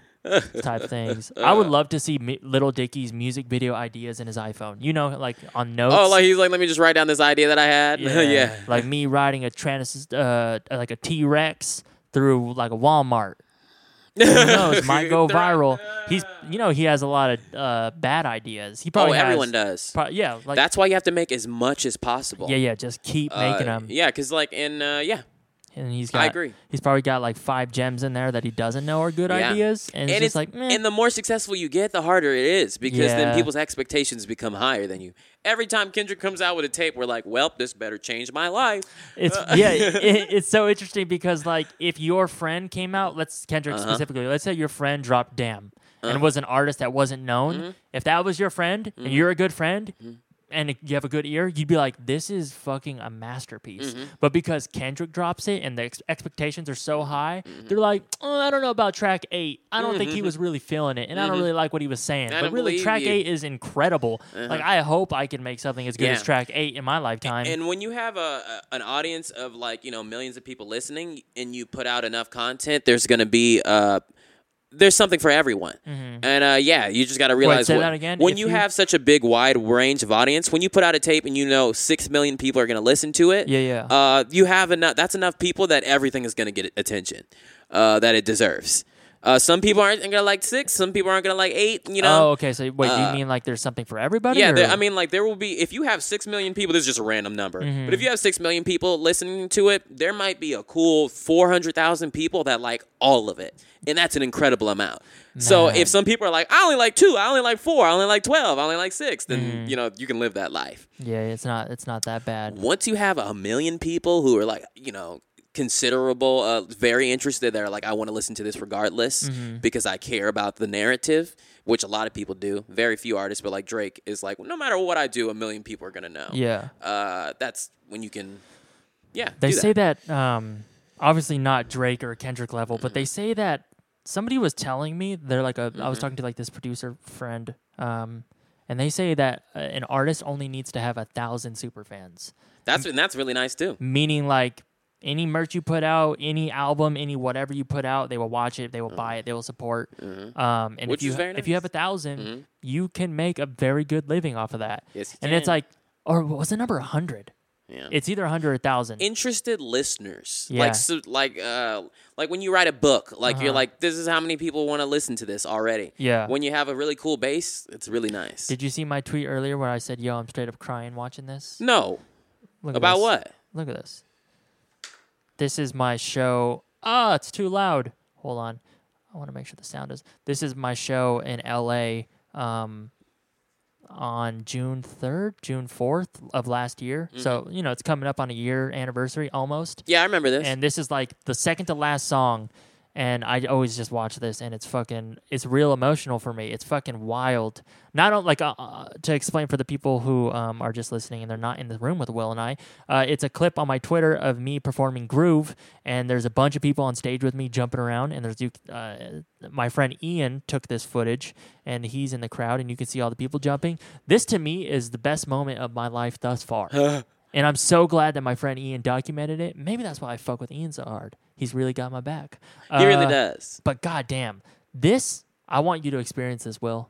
type things. I would love to see Mi- Little Dicky's music video ideas in his iPhone. You know, like on notes.
Oh, like he's like, let me just write down this idea that I had. Yeah.
Like me riding a trans, uh, like a T Rex through like a Walmart. Who knows? Might go viral. He's, you know, he has a lot of uh, bad ideas. He
Oh,
probably has-
everyone does.
Pro- yeah, like
That's why you have to make as much as possible.
yeah, yeah. Just keep
Uh,
making them,
Yeah, because like in uh, yeah,
and he's got.
I agree.
He's probably got like five gems in there that he doesn't know are good
Yeah.
ideas, and, it's just like, meh.
and the more successful you get, the harder it is because
Yeah.
then people's expectations become higher than you. Every time Kendrick comes out with a tape, we're like, well, this better change my life.
it's
Uh,
yeah, it, it's so interesting because like if your friend came out, let's Kendrick
Uh-huh.
specifically, let's say your friend dropped "Damn" and was an artist that wasn't known.
Mm-hmm.
If that was your friend and you're a good friend. And you have a good ear, you'd be like, "This is fucking a masterpiece."
Mm-hmm.
But because Kendrick drops it and the ex- expectations are so high,
Mm-hmm.
they're like, oh, "I don't know about track eight. I don't think he was really feeling it, and I don't really like what he was saying."
Mm-hmm. I
but
don't
really,
believe
track
you. Uh-huh.
eight is incredible. Like, I hope I can make something as good as
Yeah.
track eight in my lifetime.
And when you have a, a an audience of like you know millions of people listening, and you put out enough content, there's gonna be uh, there's something for everyone. And uh, yeah, you just gotta
Mm-hmm.
realize
say
when,
that again?
when
If
you,
you-
have such a big wide range of audience, when you put out a tape and you know six million people are gonna listen to it,
Yeah, yeah.
uh, you have enough. That's enough people that everything is gonna get attention uh, that it deserves. Uh, some people aren't gonna like six. Some people aren't gonna like eight. You know,
Oh, okay. So wait, do you mean like there's something for everybody?
Uh, yeah, there,
or-
I mean, like there will be if you have six million people. This is just a random number, but if you have six million people listening to it, there might be a cool four hundred thousand people that like all of it, and that's an incredible amount. So
Man.
if some people are like, I only like two, I only like four, I only like twelve, I only like six, then you know you can live that life.
yeah, it's not it's not that bad.
Once you have a million people who are like, you know. Considerable, uh, very interested. They're like, I want to listen to this regardless
Mm-hmm.
because I care about the narrative, which a lot of people do. Very few artists, but like Drake is like, no matter what I do, a million people are gonna know
Yeah,
uh, that's when you can, yeah.
they
do
say that. um, obviously not Drake or Kendrick level, but they
Mm-hmm.
say that somebody was telling me they're like a. I was talking to like this producer friend, um, and they say that uh, an artist only needs to have a thousand super fans,
That's and that's really nice too.
meaning like. Any merch you put out, any album, any whatever you put out, they will watch it, they will buy it, they will support. Um, and
Mm. Mm-hmm. Which
if you
is very
if you
nice.
have a 1000 you can make a very good living off of that.
Yes, you
and it's
can.
like, or what was the number hundred?
Yeah.
It's either hundred or thousand.
Interested listeners,
Yeah. Uh-huh.
like so, like uh, like when you write a book, like you're like, this is how many people want to listen to this already.
Yeah.
When you have a really cool bass, it's really nice.
Did you see my tweet earlier where I said, "Yo, I'm straight up crying watching this"?
no,
Look at
about
this.
what?
Look at this. This is my show. Ah, it's too loud. Hold on. I want to make sure the sound is. This is my show in LA um, on June 3rd, June 4th of last year.
Mm-hmm.
So, you know, it's coming up on a year anniversary almost.
Yeah, I remember this.
and this is like the second to last song and i always just watch this and it's fucking it's real emotional for me it's fucking wild not on- like uh, uh, to explain for the people who um, are just listening and they're not in the room with will and i uh, it's a clip on my twitter of me performing groove and there's a bunch of people on stage with me jumping around and there's you uh, my friend ian took this footage and he's in the crowd and you can see all the people jumping this to me is the best moment of my life thus far and I'm so glad that my friend Ian documented it. Maybe that's why I fuck with Ian so hard. He's really got my back.
he really
Uh,
does.
But goddamn, this I want you to experience this, Will.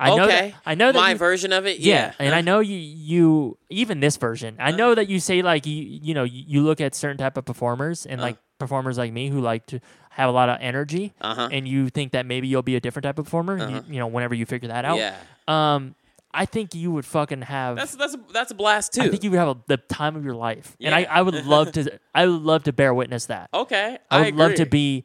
I know
okay.
that, I know that
my
you-
version of it.
yeah,
Yeah.
and I know you you even this version. I know that you say like you you know you, you look at certain type of performers and like performers like me who like to have a lot of energy
Uh-huh.
and you think that maybe you'll be a different type of performer you, you know whenever you figure that out.
Yeah.
Um I think you would fucking have
That's that's that's a blast too.
I think you would have a, the time of your life. And I,
Yeah.
I would love to I would love to bear witness that.
okay.
I would love to be
agree.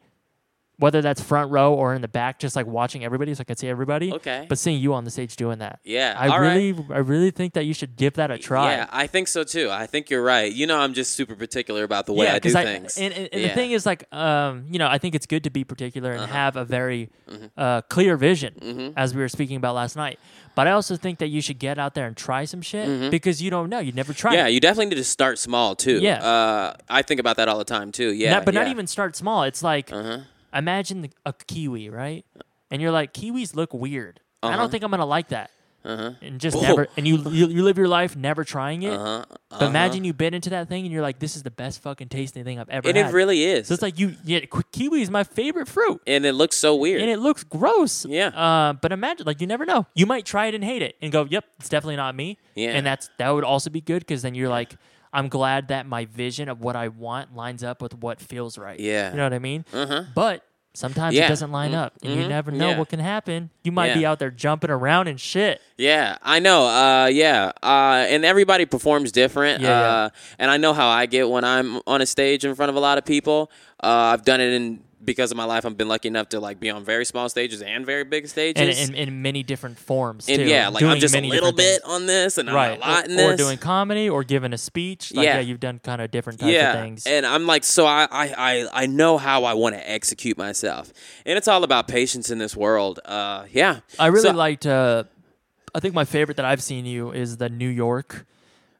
whether that's front row or in the back, just like watching everybody so I could see everybody.
Okay.
But seeing you on the stage doing that.
Yeah,
I
all right.
really I really think that you should give that a try.
Yeah, I think so too. I think you're right. You know, I'm just super particular about the way I do
'cause
things.
And, and, and
Yeah. Uh-huh.
the thing is, like, um, you know, I think it's good to be particular and have a very
Mm-hmm.
uh, clear vision, as we were speaking about last night. But I also think that you should get out there and try some shit
Mm-hmm.
because you don't know, you never tried.
yeah,
it.
you definitely need to start small too.
Yeah.
uh, I think about that all the time too. Yeah,
Not- but not
yeah. Uh-huh.
even start small. It's like imagine the, a kiwi, right? And you're like, kiwis look weird. I
Uh-huh.
don't think I'm gonna like that. And just never, and you, you you live your life never trying
Uh-huh,
it. But imagine you bit into that thing and you're like, this is the best fucking tasting thing I've ever
And
had.
it really is.
So it's like you, yeah, ki- kiwi is my favorite fruit.
and it looks so weird.
and it looks gross.
Yeah.
Uh, but imagine, like, you never know. You might try it and hate it, and go, "Yep, it's definitely not me."
Yeah.
And that's that would also be good because then you're like, "I'm glad that my vision of what I want lines up with what feels right."
Yeah.
You know what I mean? Uh-huh. But sometimes
Yeah. Mm-hmm.
it doesn't line up, and you never know
Yeah.
what can happen. You might
Yeah.
be out there jumping around and shit.
Yeah, I know. Uh, yeah, uh, and everybody performs different.
Yeah, yeah.
Uh, and I know how I get when I'm on a stage in front of a lot of people. Uh, I've done it in because of my life. I've been lucky enough to like be on very small stages and very big stages.
And in, in many different forms,
And
too.
yeah, like
doing
I'm just a
many
little
different
bit
things.
on this, and
right,
I'm a lot
or,
in this.
or doing comedy, or giving a speech. Like,
Yeah.
yeah, you've done kind of different types
yeah,
of things.
and I'm like, so I, I, I, I know how I want to execute myself, and it's all about patience in this world. Uh, yeah,
I really
So-
liked. Uh, I think my favorite that I've seen you is the New York.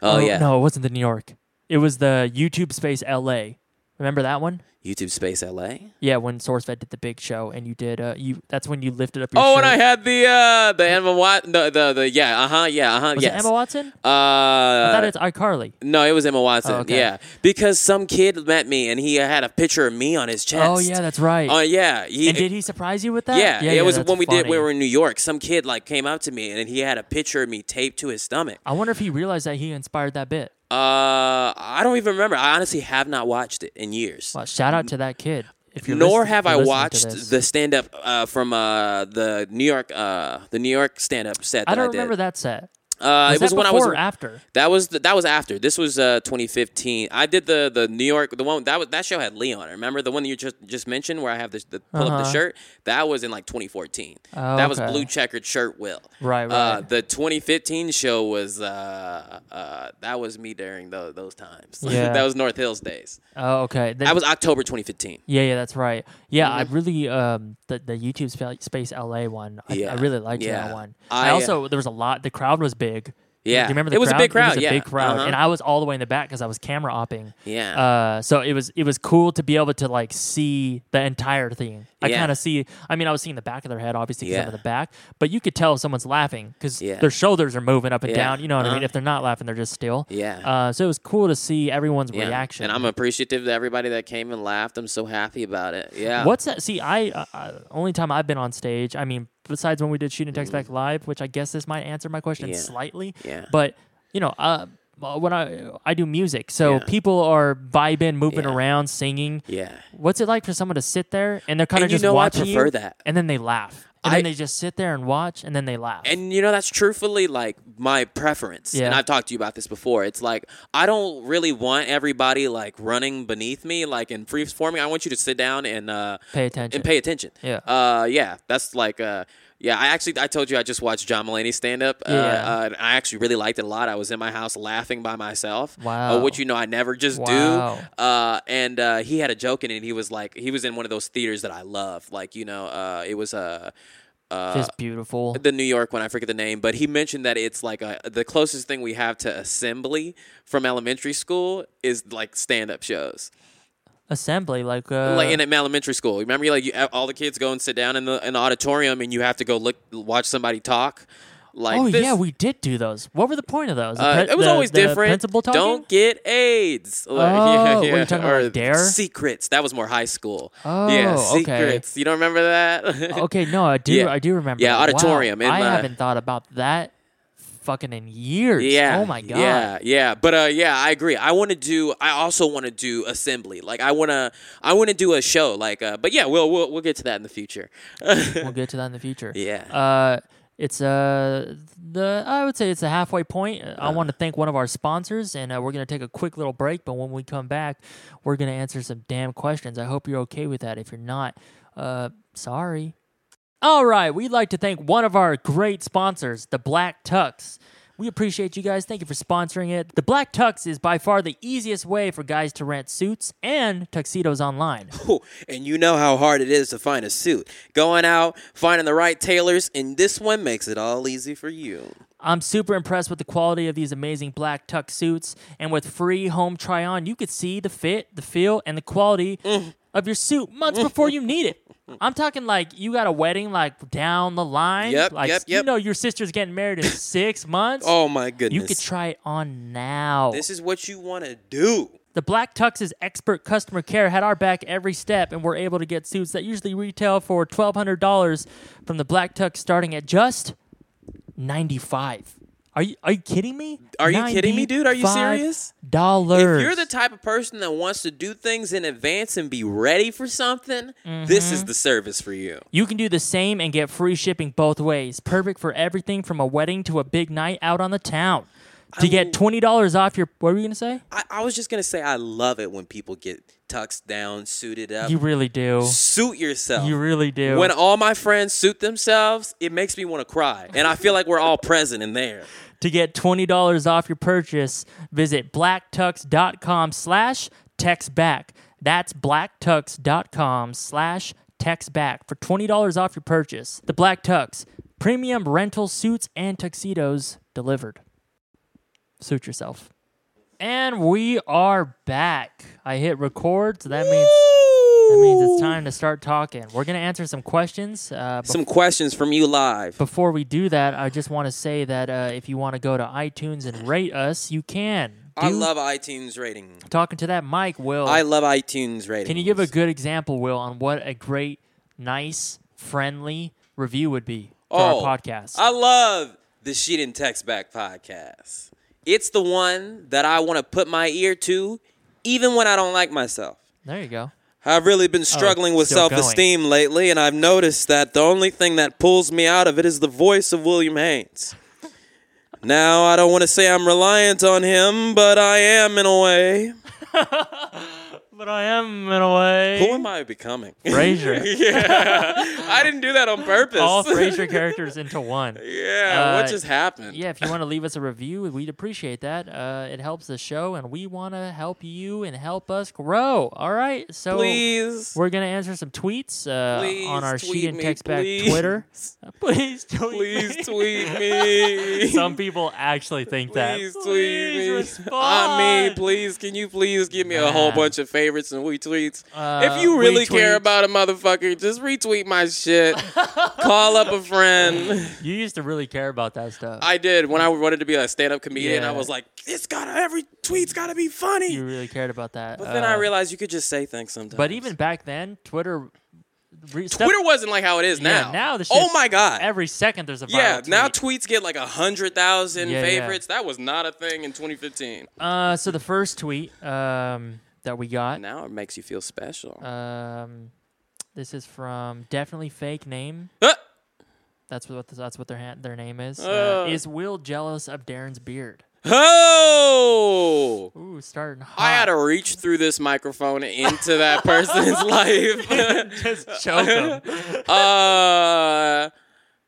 Oh, yeah,
No, it wasn't the New York. It was the YouTube Space LA. Remember that one?
YouTube Space LA.
Yeah, when SourceFed did the big show, and you did. Uh, you that's when you lifted up your.
Oh,
shirt.
and I had the uh, the Emma Wat, the, the the yeah, uh huh, yeah, uh huh,
was
yes.
it Emma Watson? I thought
Uh,
it's iCarly.
no, it was Emma Watson.
Oh, okay.
Yeah, because some kid met me and he had a picture of me on his chest.
Oh yeah, that's right.
Oh yeah. He,
and did he surprise you with that?
Yeah, it was
that's
when we did. We
funny.
were in New York. Some kid like came up to me and he had a picture of me taped to his stomach.
I wonder if he realized that he inspired that bit.
Uh, I don't even remember. I honestly have not watched it in years.
Wow, shout out to that kid. If you're
Nor
listen-
have
if
I
you're listening to
watched
this.
the stand up uh, from uh, the New York uh, the New York stand up set. That
I
I
don't
did.
remember that set.
Uh,
Was
it was
that
when I
before
was
or after?
That was the, that was after. This was uh 2015. I did the the New York the one that was that show had Lee on it. Remember the one that you just just mentioned where I have this the pull up the shirt? That was in like 2014.
Uh-huh. Oh,
that was
okay.
blue checkered shirt will.
Right,
Uh,
right.
the 2015 show was uh uh that was me during those those times.
Yeah.
that was North Hills days.
Oh, okay. Then-
That was October 2015.
Yeah, yeah, that's right. Yeah, I really um the the YouTube spa- Space LA one. I,
Yeah,
I really liked
yeah.
that one. I,
I, uh,
also there was a lot. The crowd was big.
Yeah,
do you remember the
it was a
crowd?
big
It
crowd,
was a
yeah,
big crowd,
uh-huh.
and I was all the way in the back because I was camera opping.
Yeah.
Uh, so it was it was cool to be able to like see the entire thing. I
Yeah.
kind of see. I mean, I was seeing the back of their head, obviously, because
Yeah.
I'm in the back. But you could tell if someone's laughing because
Yeah.
their shoulders are moving up and
Yeah, uh-huh.
down. You know what I mean? If they're not laughing, they're just still.
Yeah.
Uh, so it was cool to see everyone's
Yeah.
reaction.
And I'm appreciative to everybody that came and laughed. I'm so happy about it. Yeah.
What's that? See, I uh, uh, only time I've been on stage. I mean, besides when we did shoot and text back live, which I guess this might answer my question
Mm. Yeah.
slightly.
Yeah.
But you know, uh, well, when I I do music, so people are vibing, moving
Yeah.
around, singing.
Yeah.
What's it like for someone to sit there and they're kind of
And you
just
know I
watching you,
prefer that.
and then they laugh, and
I-
then they just sit there and watch, and then they laugh.
And you know, that's truthfully like my preference. And
Yeah.
I've talked to you about this before. It's like I don't really want everybody like running beneath me, like in free forming. I want you to sit down and uh
Pay attention.
And pay attention.
Yeah.
Uh yeah. That's like uh yeah, I actually I told you I just watched John Mulaney stand up. Uh,
Yeah.
uh, and I actually really liked it a lot. I was in my house laughing by myself.
Wow.
Uh, which you know I never just
Wow.
do. Uh, and uh, he had a joke in it. He was like he was in one of those theaters that I love. Like you know uh, it was uh, uh,
just beautiful.
the New York one. I forget the name, but he mentioned that it's like a, the closest thing we have to assembly from elementary school is like stand up shows.
Assembly, like, uh,
like in an elementary school, e, remember, like you, all the kids go and sit down in the, in the auditorium, and you have to go look watch somebody talk. Like,
oh
this,
yeah, we did do those. What were the point of those? The
uh,
pre-
it was
the-
always
the
different.
Principal talking.
Don't get AIDS. Like,
Oh, what, you're talking about,
or
like, Dare?
secrets. That was more high school.
Oh,
yeah,
okay.
secrets. You don't remember that?
Uh, okay, no, I do.
Yeah.
I do remember.
Yeah,
that. Wow,
auditorium in
I
my-
haven't thought about that fucking in years.
Yeah.
Oh my god.
Yeah, yeah. But uh, yeah, I agree. I want to do. I also want to do assembly. Like I want to. I want to do a show. Like, uh, but yeah, we'll we'll we'll get to that in the future.
We'll get to that in the future.
Yeah.
Uh, it's uh the I would say it's a halfway point. I want to thank one of our sponsors, and uh, we're gonna take a quick little break. But when we come back, we're gonna answer some damn questions. I hope you're okay with that. If you're not, uh, sorry. All right, we'd like to thank one of our great sponsors, the Black Tux. We appreciate you guys. Thank you for sponsoring it. The Black Tux is by far the easiest way for guys to rent suits and tuxedos online.
Ooh, and you know how hard it is to find a suit. Going out, finding the right tailors, and this one makes it all easy for you.
I'm super impressed with the quality of these amazing black tuck suits. And with free home try on, you could see the fit, the feel, and the quality
Mm.
of your suit months before you need it. I'm talking like you got a wedding like down the line.
Yep,
like,
yep,
You
yep.
know, your sister's getting married in six months.
Oh my goodness!
You could try it on now.
this is what you want to do.
The Black Tux's expert customer care had our back every step, and we're able to get suits that usually retail for twelve hundred dollars from the Black Tux, starting at just ninety five. Are you are you kidding me?
Are you kidding me, dude? Are you serious?
Dollars.
If you're the type of person that wants to do things in advance and be ready for something, this
Mm-hmm.
is the service for you.
You can do the same and get free shipping both ways. Perfect for everything from a wedding to a big night out on the town. To get twenty dollars off your, what were you gonna say?
I, I was just gonna say I love it when people get tuxed down, suited up.
You really do.
suit yourself.
You really do.
Uh, when all my friends suit themselves, it makes me want to cry, and I feel like we're all present in there.
To get $20 off your purchase, visit blacktux.com slash textback. That's blacktux.com slash textback for $20 off your purchase. The Black Tux, premium rental suits and tuxedos delivered. Suit yourself. And we are back. I hit record, so that means that means it's time to start talking. We're gonna answer some questions. Uh,
Some questions from you live.
before we do that, I just want to say that uh, if you want to go to iTunes and rate us, you can.
I
Dude,
love iTunes rating.
talking to that mic, Will.
I love iTunes rating.
can you give a good example, Will, on what a great, nice, friendly review would be for our podcast?
Oh, I love the She Didn't Text Back podcast. It's the one that I want to put my ear to, even when I don't like myself.
there you go.
I've really been struggling
Oh,
with
still
self
going.
esteem lately, and I've noticed that the only thing that pulls me out of it is the voice of William Haynes. now, I don't want to say I'm reliant on him, but I am in a way.
But I am in a way.
Who am I becoming?
Frasier.
I didn't do that on purpose.
All Frasier characters into one.
yeah,
Uh,
what just happened?
Yeah, if you want to leave us a review, we'd appreciate that. Uh, it helps the show, and we want to help you and help us grow. All right, so
Please.
We're gonna answer some tweets uh,
Please
on our
tweet
sheet and
me,
text back
please.
Twitter. Uh, Please tweet. me.
Please tweet me.
Some people actually think that.
Please tweet me.
respond.
I mean, please, can you please give me a whole
Man.
bunch of favorites and retweets?
Uh,
if you really care
retweets.
about a motherfucker, just retweet my shit. Call up a friend.
You used to really care about that stuff.
I did when I wanted to be a stand-up comedian. I
Yeah.
was like, it's gotta every tweet's gotta be funny.
you really cared about that.
but then
Uh,
I realized you could just say things sometimes.
But even back then, Twitter. Re- stuff-
Twitter wasn't like how it is
Yeah,
now.
now the
oh
shit's
my god.
Every second there's a viral
yeah, now
tweet.
tweets get like a hundred thousand
Yeah, yeah.
favorites. That was not a thing in 2015.
uh, so the first tweet um, that we got
Now it makes you feel special.
Um, this is from definitely fake name.
Huh?
That's what that's what their ha- their name is. Uh,
Uh.
is Will jealous of Darren's beard?
Oh!
Ooh, starting hot.
I had to reach through this microphone into that person's life.
just choke him.
uh,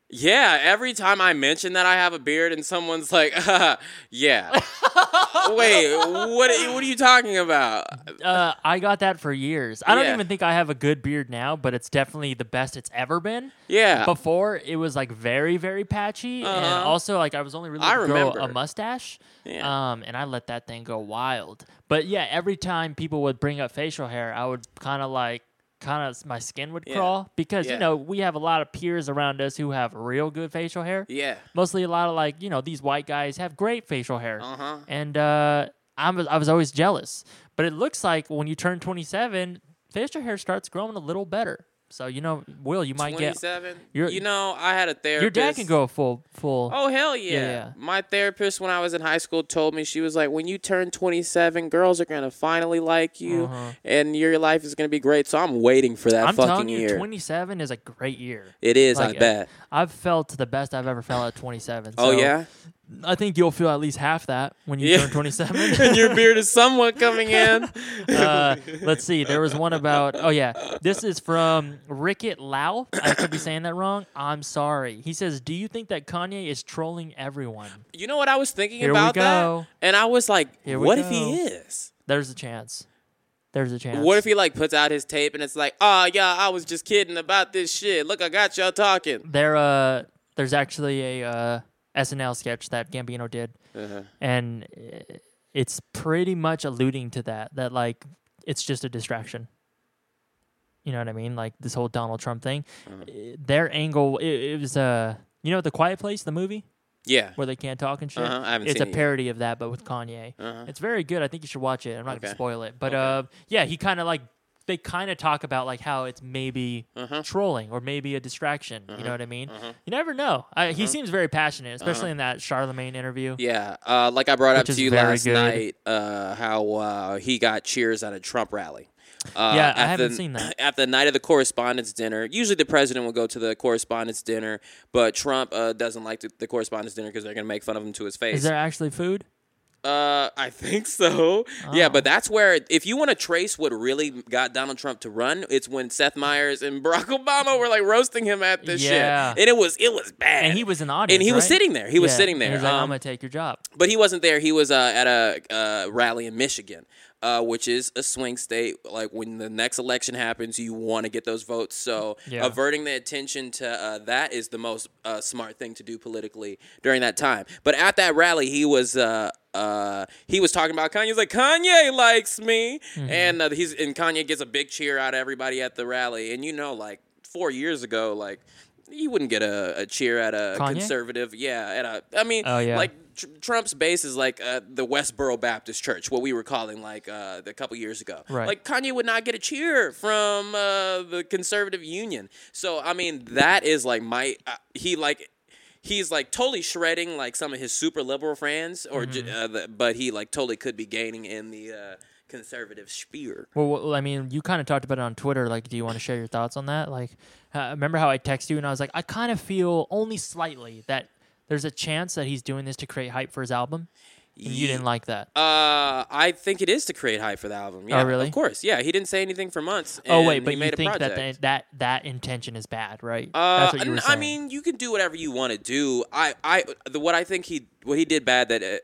yeah, every time I mention that I have a beard and someone's like, yeah. Wait, what are, what are you talking about?
Uh, I got that for years. I don't
Yeah.
even think I have a good beard now, but it's definitely the best it's ever been.
Yeah.
Before it was like very very patchy, and
Uh-huh.
also like I was only really
I
grow a
remember.
mustache,
Yeah.
um, and I let that thing go wild. But yeah, every time people would bring up facial hair, I would kind of like kind of my skin would
Yeah.
crawl because
Yeah.
you know we have a lot of peers around us who have real good facial hair.
Yeah.
Mostly a lot of like you know these white guys have great facial hair,
Uh-huh.
and uh, I'm I was always jealous. But it looks like when you turn 27, facial hair starts growing a little better. So you know, Will, you might get
27.
You're-
You know, I had a therapist.
your dad can go a full full.
Oh hell yeah.
yeah.
My therapist when I was in high school told me she was like, "When you turn 27, girls are gonna finally like you,
Uh-huh.
and your life is gonna be great." So I'm waiting for that
I'm
fucking
telling you,
year.
27 is a great year.
it is,
Like,
I bet.
I've felt the best I've ever felt at 27.
oh
so
yeah,
I think you'll feel at least half that when you
Yeah.
turn 27.
and your beard is somewhat coming in.
uh, let's see. There was one about. Oh yeah, this is from Rickett Lau. I could be saying that wrong. I'm sorry. He says, "Do you think that Kanye is trolling everyone?"
you know what I was thinking
Here we
about
go.
that, and I was like,
Here we
"What if he
go.
is?"
There's a chance. There's a chance.
What if he like puts out his tape and it's like, oh yeah, I was just kidding about this shit. Look, I got y'all talking.
there? Uh, there's actually a uh, SNL sketch that Gambino did, and uh, it's pretty much alluding to that. That like it's just a distraction. You know what I mean? Like this whole Donald Trump thing.
Uh-huh.
Uh, Their angle. It, it was uh, you know, The Quiet Place, the movie.
Yeah.
where they can't talk and shit.
Uh-huh, I haven't
it's
seen
a
it yet. Uh-huh.
parody of that, but with Kanye. It's very good. I think you should watch it. I'm not
Okay.
gonna spoil it, but uh, yeah, he kind of like they kind of talk about like how it's maybe
Uh-huh.
trolling or maybe a distraction. You know what I mean? You never know. I,
Uh-huh.
He seems very passionate, especially in that Charlemagne interview.
Yeah, uh, like I brought up
Which is
to you
very
last
good.
night, uh, how uh, he got cheers at a Trump rally. Uh,
Yeah, I
at
haven't
the-
seen that.
At the night of the correspondence dinner, usually the president will go to the correspondence dinner, but Trump uh, doesn't like the, the correspondence dinner because they're going to make fun of him to his face.
Is there actually food?
Uh, I think so. Yeah,
Oh.
but that's where if you want to trace what really got Donald Trump to run, it's when Seth Meyers and Barack Obama were like roasting him at this
Yeah.
shit, and it was it was bad.
And he was in the audience.
and he was
right?
sitting there. He was
Yeah,
sitting
and
there.
He was like, "I'm
Um,
gonna take your job."
but he wasn't there. He was uh, at a uh, rally in Michigan, uh, which is a swing state. Like when the next election happens, you want to get those votes. So
Yeah.
averting the attention to uh, that is the most uh, smart thing to do politically during that time. But at that rally, he was. Uh, uh, he was talking about Kanye. He's like, Kanye likes me,
Mm-hmm.
and uh, he's and Kanye gets a big cheer out of everybody at the rally. And you know, like four years ago, like you wouldn't get a, a cheer at a
Kanye?
conservative, yeah, at a. I mean,
Oh, yeah.
like tr- Trump's base is like uh, the Westboro Baptist Church, what we were calling like uh, a couple years ago.
Right.
Like Kanye would not get a cheer from uh, the conservative union. So I mean, that is like my uh, he like. He's like totally shredding like some of his super liberal friends, or j
Mm-hmm.
uh, the, but he like totally could be gaining in the uh, conservative sphere.
Well, well, I mean, you kind of talked about it on Twitter. Like, do you want to share your thoughts on that? Like, uh, remember how I texted you and I was like, I kind of feel only slightly that there's a chance that he's doing this to create hype for his album. And you didn't like that.
Uh, I think it is to create hype for the album. Yeah,
Oh, really?
Of course. Yeah, he didn't say anything for months.
oh
and
wait, but
he
you
made a
think that
project.
the, that that intention is bad, right?
Uh,
That's what you
n-
were
I
saying.
mean, you can do whatever you want to do. I, I, the, what I think he, what he did bad that uh,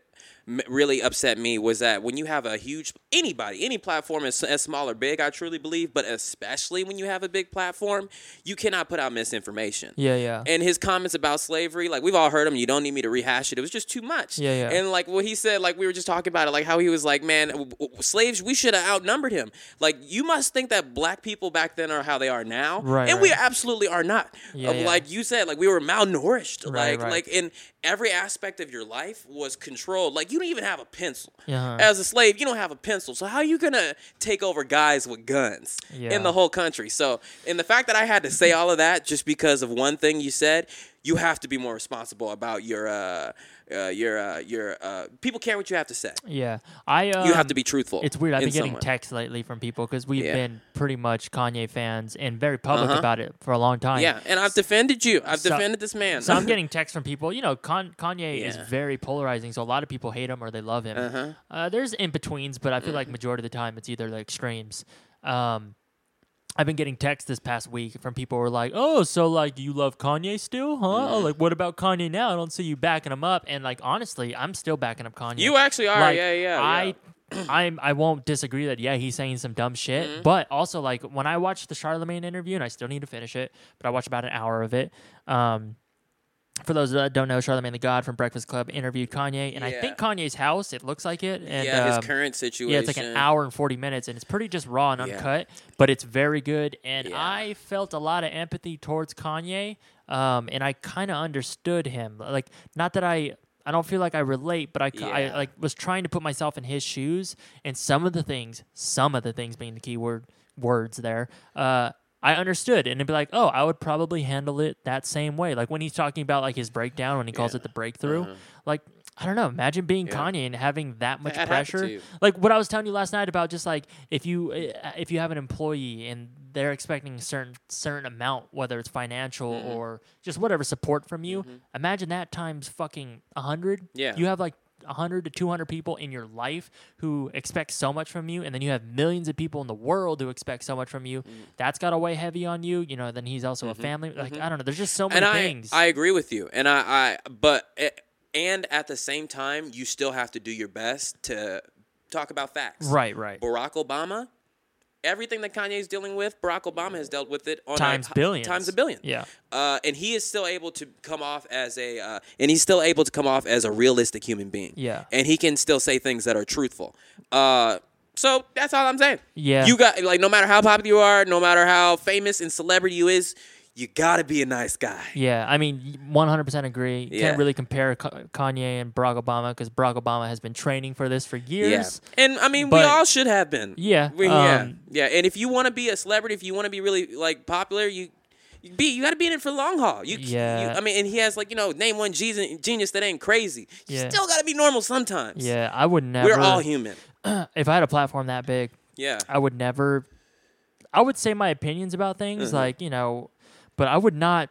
m- really upset me was that when you have a huge anybody, any platform as, as small or big, I truly believe, but especially when you have a big platform, you cannot put out misinformation.
yeah, yeah.
And his comments about slavery, like we've all heard him. You don't need me to rehash it. It was just too much.
Yeah, yeah.
And like what he said, like we were just talking about it, like how he was like, man, w- w- slaves, we should have outnumbered him. Like you must think that black people back then are how they are now,
Right,
And we
right.
absolutely are not.
Yeah,
Uh,
yeah.
Like you said, like we were malnourished.
Right,
like
right.
like in every aspect of your life was controlled. Like you don't even have a pencil.
Uh-huh.
As a slave, you don't have a pencil. So how are you gonna take over guys with guns
Yeah.
in the whole country? So and the fact that I had to say all of that just because of one thing you said, you have to be more responsible about your uh, uh your uh your uh people care what you have to say.
yeah, I. Um,
You have to be truthful.
It's weird. I've
in
been getting
some way.
texts lately from people because we've
Yeah. Uh-huh.
been pretty much Kanye fans and very public about it for a long time.
Yeah, and I've defended you. I've
So-
defended this man.
So I'm getting texts from people. You know, Con- Kanye is
Yeah. Uh-huh.
very polarizing, so a lot of people hate him or they love him. uh there's in betweens, but I feel like majority of the time it's either the extremes. Um, I've been getting texts this past week from people who are like, "Oh, so like you love Kanye still, huh? Oh, like what about Kanye now? I don't see you backing him up." And like honestly, I'm still backing up Kanye.
You actually are,
Like,
yeah, yeah,
I
yeah.
I'm I won't disagree that yeah he's saying some dumb shit,
Mm-hmm.
but also like when I watched the Charlemagne interview and I still need to finish it, but I watched about an hour of it. Um, for those that don't know, Charlamagne the God from Breakfast Club interviewed Kanye, and I think
Yeah.
Kanye's house. It looks like it. And,
yeah,
um,
his current situation.
yeah, it's like an hour and forty minutes, and it's pretty just raw and
Yeah.
uncut, but it's very good. And
Yeah.
I felt a lot of empathy towards Kanye, um, and I kind of understood him. Like, not that I. I don't feel like I relate, but I, c- I,
Yeah.
like was trying to put myself in his shoes, and some of the things, some of the things being the key word words there, uh, I understood, and it'd be like, oh, I would probably handle it that same way. Like when he's talking about like his breakdown, when he calls it the breakthrough,
Uh-huh.
like I don't know. Imagine being Kanye and having that much
That happened to
pressure
you.
like what I was telling you last night about just like if you uh, if you have an employee and they're expecting a certain certain amount, whether it's financial
Mm-hmm.
or just whatever support from you, imagine that times fucking a hundred.
Yeah.
you have like. 100 to 200 people in your life who expect so much from you and then you have millions of people in the world who expect so much from you
Mm.
that's got to weigh heavy on you you know then he's also a family like i don't know there's just so many
Mm-hmm. and I,
things
I agree with you. And I, I but it, and at the same time, you still have to do your best to talk about facts.
right right
Barack Obama, everything that Kanye's dealing with, Barack Obama has dealt with it on
times
a,
billions
Times a billion.
yeah
Uh, and he is still able to come off as a, uh, and he's still able to come off as a realistic human being.
Yeah.
And he can still say things that are truthful. Uh, so that's all I'm saying.
Yeah.
You got like no matter how popular you are, no matter how famous and celebrity you is, you gotta be a nice guy.
Yeah, I mean, 100% agree. You
Yeah.
Can't really compare Ka- Kanye and Barack Obama because Barack Obama has been training for this for years.
Yeah. And I mean, we
But-
all should have been.
Yeah,
We- yeah.
um,
Yeah. And if you want to be a celebrity, if you want to be really like popular, you. you Be you got to be in it for the long haul. You, you-
Yeah.
I mean, and he has like you know, name one genius, genius that ain't crazy. You
Yeah.
still got to be normal sometimes.
Yeah, I would never.
we're all human.
If I had a platform that big,
Yeah,
I would never. I would say my opinions about things,
Mm-hmm.
like you know, but I would not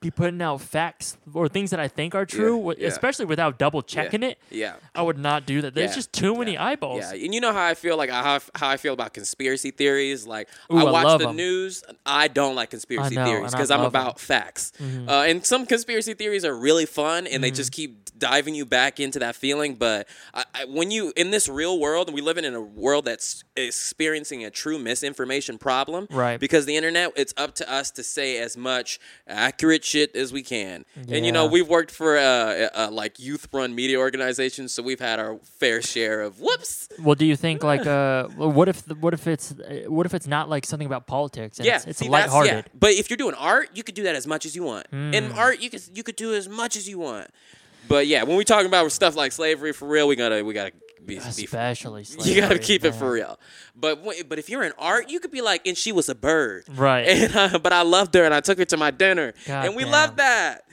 be putting out facts or things that I think are true, wi-
yeah.
especially without double checking it.
yeah.
I would not do that. There's
Yeah,
just too many eyeballs.
Yeah, and you know how I feel like how I, how I feel about conspiracy theories. Like
Ooh,
I
I
watch
love
the
'em.
news. I don't like conspiracy
know,
theories
and I
because I'm
love 'em. Mm-hmm.
about facts. Uh, and some conspiracy theories are really fun, and they just keep diving you back into that feeling. But I, I, when you in this real world, and we live in a world that's experiencing a true misinformation problem,
Right.
Because the internet, it's up to us to say as much accurate shit as we can. And you know,
Yeah.
we've worked for uh, uh, uh, like youth-run media organizations, so we've had our fair share of whoops.
Well, do you think like uh, well, what if the, what if it's uh, what if it's not like something about politics? And
Yeah,
it's, it's
see, that's-
lighthearted. Mm.
yeah. But if you're doing art, you could do that as much as you want. In art, you could you could do as much as you want. But yeah, when we talking about stuff like slavery for real, we gotta we gotta be, be
especially
you gotta
slavery,
keep it
man.
for real. But when- but if you're in art, you could be like, and she was a bird,
Right.
And uh, but I loved her, and I took her to my dinner,
God
and we
damn.
loved that.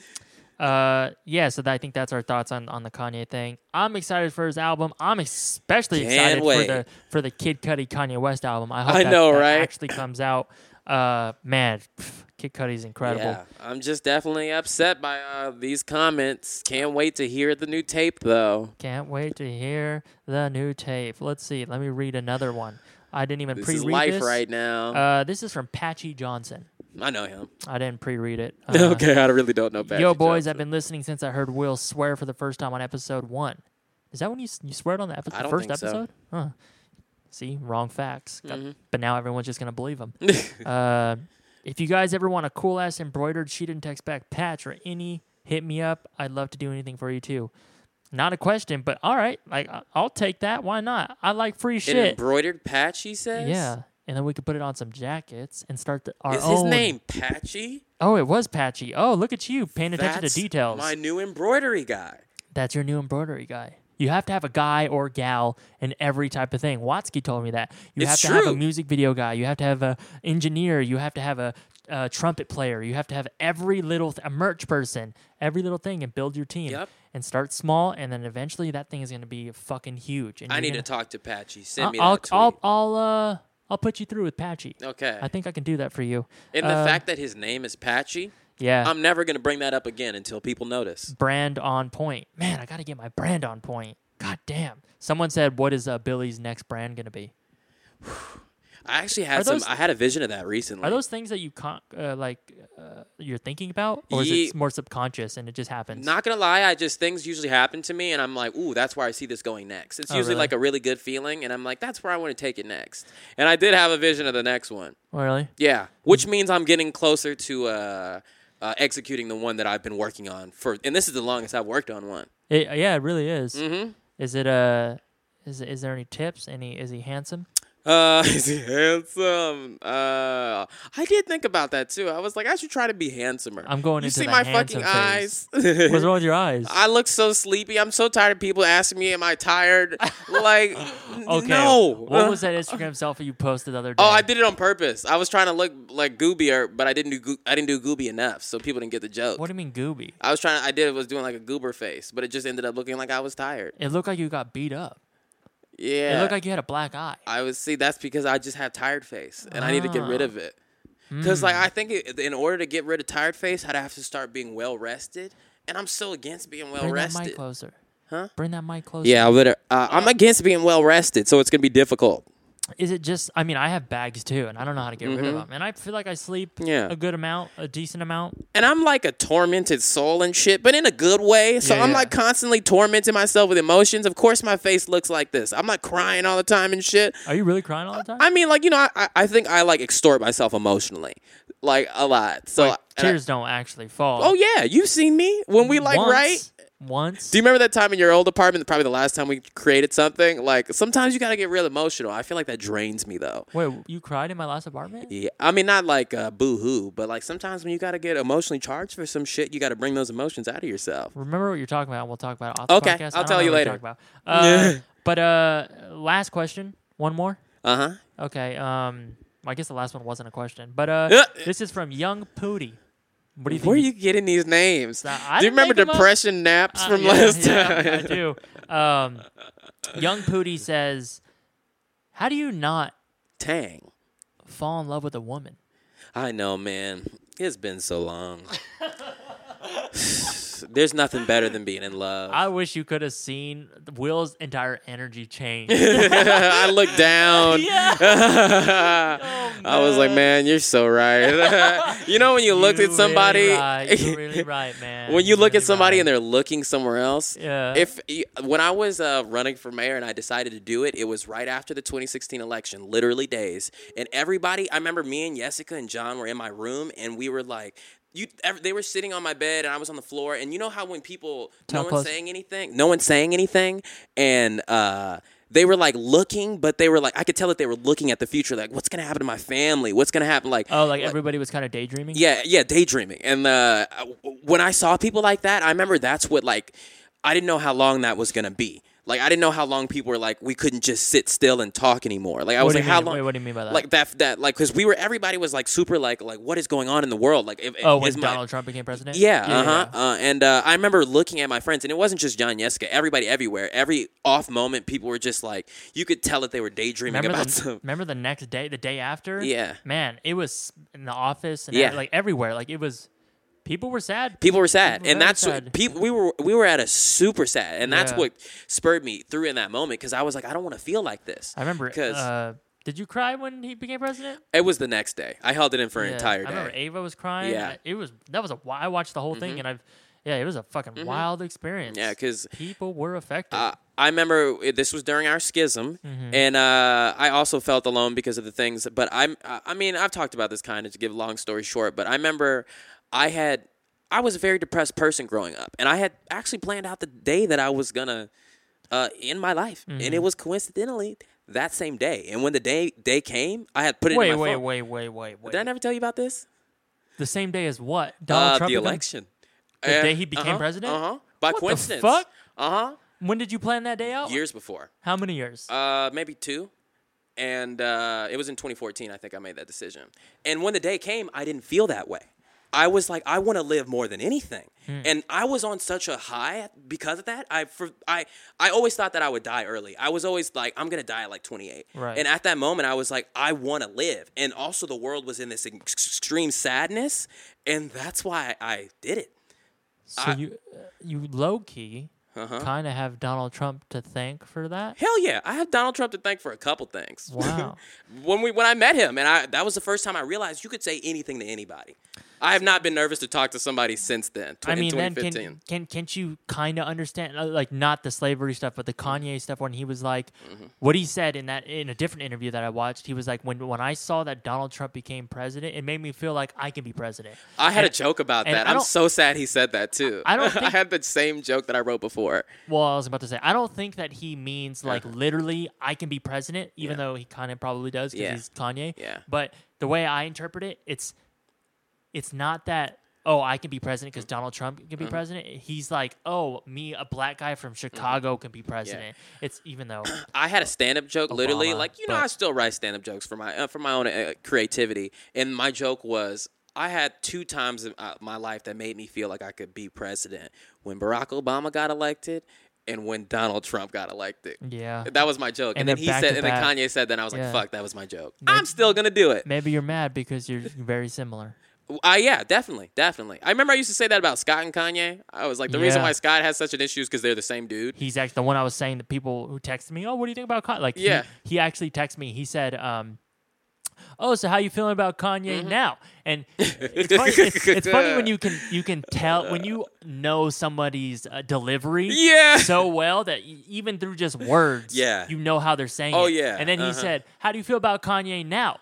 Uh, yeah. So that, I think that's our thoughts on, on the Kanye thing. I'm excited for his album. I'm especially
Can't
excited
wait.
for the for the Kid Cudi Kanye West album. I hope
I
that,
know,
that
right?
Actually comes out. Uh, man, pff, Kid Cudi's incredible.
Yeah, I'm just definitely upset by uh, these comments. Can't wait to hear the new tape though.
Can't wait to hear the new tape. Let's see. Let me read another one. I didn't even
This
pre-read
is life
this.
right now.
Uh, this is from Patchy Johnson.
I know him.
I didn't pre-read it. Uh,
okay, I really don't know. Patrick
Yo, boys,
Johnson.
I've been listening since I heard Will swear for the first time on episode one. Is that when you s- you sweared on the, epi-
I don't
first
think so. Mm-hmm.
episode? Huh. See, wrong facts. Got- But now everyone's just gonna believe them. uh, if you guys ever want a cool ass embroidered sheet and text back patch or any, hit me up. I'd love to do anything for you too. Not a question, but all right, like I- I'll take that. Why not? I like free
An
shit.
embroidered patch, he says.
yeah, and then we could put it on some jackets and start the, our
Is his
own.
name Patchy?
Oh, it was Patchy. Oh, look at you paying attention
That's
to details.
My new embroidery guy.
That's your new embroidery guy. You have to have a guy or gal in every type of thing. Watsky told me that. You
It's
have to have
true.
a music video guy. You have to have a engineer. You have to have a, uh trumpet player. You have to have every little th- a merch person, every little thing, and build your team.
Yep.
And start small, and then eventually that thing is going to be fucking huge. And
I
you're
need
gonna-
to talk to Patchy. Send me that
I'll
tweet.
I'll I'll uh I'll put you through with Patchy.
okay.
I think I can do that for you.
and the
Uh,
fact that his name is Patchy,
yeah,
I'm never gonna bring that up again until people notice.
brand on point. Man, I got to get my brand on point. God damn. Someone said, "What is uh, Billy's next brand going to be?"
I actually had
Are
some.
those-
I had a vision of that recently.
Are those things that you con- uh, like uh, you're thinking about, or is
Ye-
it more subconscious and it just happens?
Not gonna lie, I just things usually happen to me, and I'm like, ooh, that's where I see this going next. It's
Oh,
usually
really?
like a really good feeling, and I'm like, that's where I want to take it next. And I did have a vision of the next one.
Oh, really?
Yeah, which means I'm getting closer to uh, uh, executing the one that I've been working on for, and this is the longest I've worked on one.
It, yeah, it really is.
Mm-hmm.
Is it uh is is there any tips? Any is he handsome?
Uh, is he handsome? Uh, I did think about that too. I was like, I should try to be handsomer.
I'm going
you
into
see
the
my
handsome
fucking
phase.
eyes.
What's wrong with your eyes?
I look so sleepy. I'm so tired of people asking me, "Am I tired?" Like,
okay.
no. Uh,
What was that Instagram selfie you posted the other day?
Oh, I did it on purpose. I was trying to look like goobier, but I didn't do goo- I didn't do gooby enough, so people didn't get the joke.
What do you mean gooby?
I was trying. I did was doing like a goober face, but it just ended up looking like I was tired.
It looked like you got beat up.
Yeah,
It looked like you had a black eye.
I was see. That's because I just have tired face, and I need to get rid
Ah.
of it. Because
Hmm.
like I think it, in order to get rid of tired face, I'd have to start being well rested, and I'm so against being well
Bring that mic
rested.
closer.
Huh?
Bring that mic closer.
Yeah, but uh, I'm against being well rested, so it's gonna be difficult.
Is it just? I mean, I have bags too, and I don't know how to get rid of them. And I feel like I sleep
Mm-hmm. Yeah.
a good amount, a decent amount.
and I'm like a tormented soul and shit, but in a good way. So
Yeah,
I'm
yeah.
like constantly tormenting myself with emotions. Of course, my face looks like this. I'm like crying all the time and shit.
Are you really crying all the time?
I mean, like you know, I- I, I think I like extort myself emotionally, like a lot. So
Like,
and I-
tears don't actually fall.
oh yeah, you've seen me when we like
once,
right.
Once.
Do you remember that time in your old apartment? Probably the last time we created something. Like sometimes you gotta get real emotional. I feel like that drains me though.
Wait, you cried in my last apartment?
Yeah, I mean not like uh, boo hoo, but like sometimes when you gotta get emotionally charged for some shit, you gotta bring those emotions out of yourself.
Remember what you're talking about. We'll talk about it. off the
Okay,
podcast.
I'll
I don't
tell
know
you
what
later.
we're talking About. Uh, but uh, last question. One more.
Uh huh.
Okay. Um, well, I guess the last one wasn't a question, but uh,
Yeah.
this is from Young Pooty. What do you think?
Where are you getting these names?
Uh, I
do you
didn't
remember
make 'em up.
depression naps
Uh,
from
yeah,
last
yeah,
time?
I do. Um, Young Pooty says, "How do you not
Tang.
fall in love with a woman?"
I know, man. It's been so long. There's nothing better than being in love. I,
I wish you could have seen Will's entire energy change.
looked down.
Oh,
I was like, man, you're so right. you know when you looked at
You
somebody,
Really right. You're really right, man.
when you look at somebody
and
and they're looking somewhere else.
Yeah.
If when I was uh, running for mayor and I decided to do it, it was right after the 2016 election, literally days. And everybody, I remember me and Jessica and John were in my room, and we were like. You, ev- they were sitting on my bed and I was on the floor and you know how when people
Tell
no one's
close.
saying anything no one's saying anything and uh they were like looking but they were like I could tell that they were looking at the future like what's gonna happen to my family what's gonna happen like
oh, like everybody was kind of daydreaming.
yeah, yeah, daydreaming. And uh, when I saw people like that, I remember that's what like I didn't know how long that was gonna be. Like I didn't know how long people were like we couldn't just sit still and talk anymore. Like I was
do
like,
you
how
mean?
long?
Wait, what do you mean by that?
Like that, that like because we were everybody was like super like like what is going on in the world? Like if,
Oh,
is
when
my-
Donald Trump became president.
yeah, uh-huh. Uh, and uh, I remember looking at my friends, and it wasn't just John Yeska. Everybody, everywhere, every off moment, people were just like, you could tell that they were daydreaming
Remember
about
the,
some.
remember the next day, the day after?
Yeah.
Man, it was in the office and
Yeah.
like everywhere. Like it was, people were sad.
people were sad,
People
and
very
that's
sad.
what people we were we were at a super sad, and that's
Yeah.
what spurred me through in that moment because I was like, I don't want to feel like this.
I remember.
because
Uh, did you cry when he became president?
it was the next day. I held it in for an
Yeah,
entire
I remember
day.
Ava was crying.
Yeah. Mm-hmm.
I- It was that was a wi- I watched the whole thing and I've yeah, it was a fucking wild experience.
Yeah, 'cause,
people were affected.
Uh, I remember it- this was during our schism,
Mm-hmm.
and uh, I also felt alone because of the things. But I'm, I I mean, I've talked about this kind of to give long story short. But I remember I had, I was a very depressed person growing up, and I had actually planned out the day that I was gonna uh, end my life, and
Mm-hmm.
it was coincidentally that same day. And when the day day came, I had put it
wait,
in my
wait,
phone.
wait, wait, wait, wait.
Did I never tell you about this?
the same day as what? Donald
uh,
Trump
the
became-
election.
The day he became president?
Uh huh. By
What the
coincidence.
fuck?
Uh huh.
When did you plan that day out?
Years before.
How many years?
Uh, maybe two. And uh, it was in 2014, I think I made that decision. And when the day came, I didn't feel that way. I was like, I want to live more than anything,
Hmm.
and I was on such a high because of that. I for I I always thought that I would die early. I was always like, I'm gonna die at like 28.
Right.
And at that moment, I was like, I want to live, and also the world was in this ex- extreme sadness, and that's why I did it.
so you uh, you low key
Uh-huh.
kind of have Donald Trump to thank for that.
Hell yeah, I have Donald Trump to thank for a couple things.
Wow.
when we when I met him, and I that was the first time I realized you could say anything to anybody. I have not been nervous to talk to somebody since then. Tw-
I
in
mean, then
2015.
can can can't you kind of understand uh, like not the slavery stuff, but the
Mm-hmm.
Kanye stuff when he was like, what he said in that in a different interview that I watched, he was like, when when I saw that Donald Trump became president, it made me feel like I can be president.
I had a joke about
and
that.
I
I'm
don't-
so sad he said that too.
I don't
I
think-
had the same joke that I wrote before.
Well, I was about to say, I don't think that he means like literally I can be president, even though he kind of probably does because
Yeah.
he's Kanye.
Yeah.
But the way I interpret it, it's it's not that oh I can be president because Donald Trump can
Uh-huh.
be president. He's like oh me a black guy from
Mm-hmm.
Chicago can be president. It's even though
I had a stand-up joke, literally.
Obama,
Like you know,
but-
I still write stand-up jokes for my uh, for my own uh, creativity. And my joke was, I had two times in uh, my life that made me feel like I could be president: when Barack Obama got elected, and when Donald Trump got elected.
yeah
That was my joke. And,
And
then
they're
he
back
said,
to
and then
back.
Kanye said that. And I was like,
Yeah.
fuck, that was my joke. I'm still gonna do it.
maybe you're mad because you're very similar.
Uh, yeah, definitely, definitely. I remember I used to say that about Scott and Kanye. I was like, the reason
Yeah.
why Scott has such an issue is because they're the same dude.
he's actually the one I was saying to people who texted me, "Oh, what do you think about Kanye?" Like, he-
Yeah.
he, actually texted me. He said, um, "Oh, so how you feeling about Kanye
Mm-hmm.
now?" And it's funny, it's, it's funny when you can you can tell when you know somebody's uh, delivery,
Yeah.
so well that y- even through just words,
Yeah.
you know how they're saying.
Oh,
it.
yeah,
And then he
uh-huh.
said, "How do you feel about Kanye now?"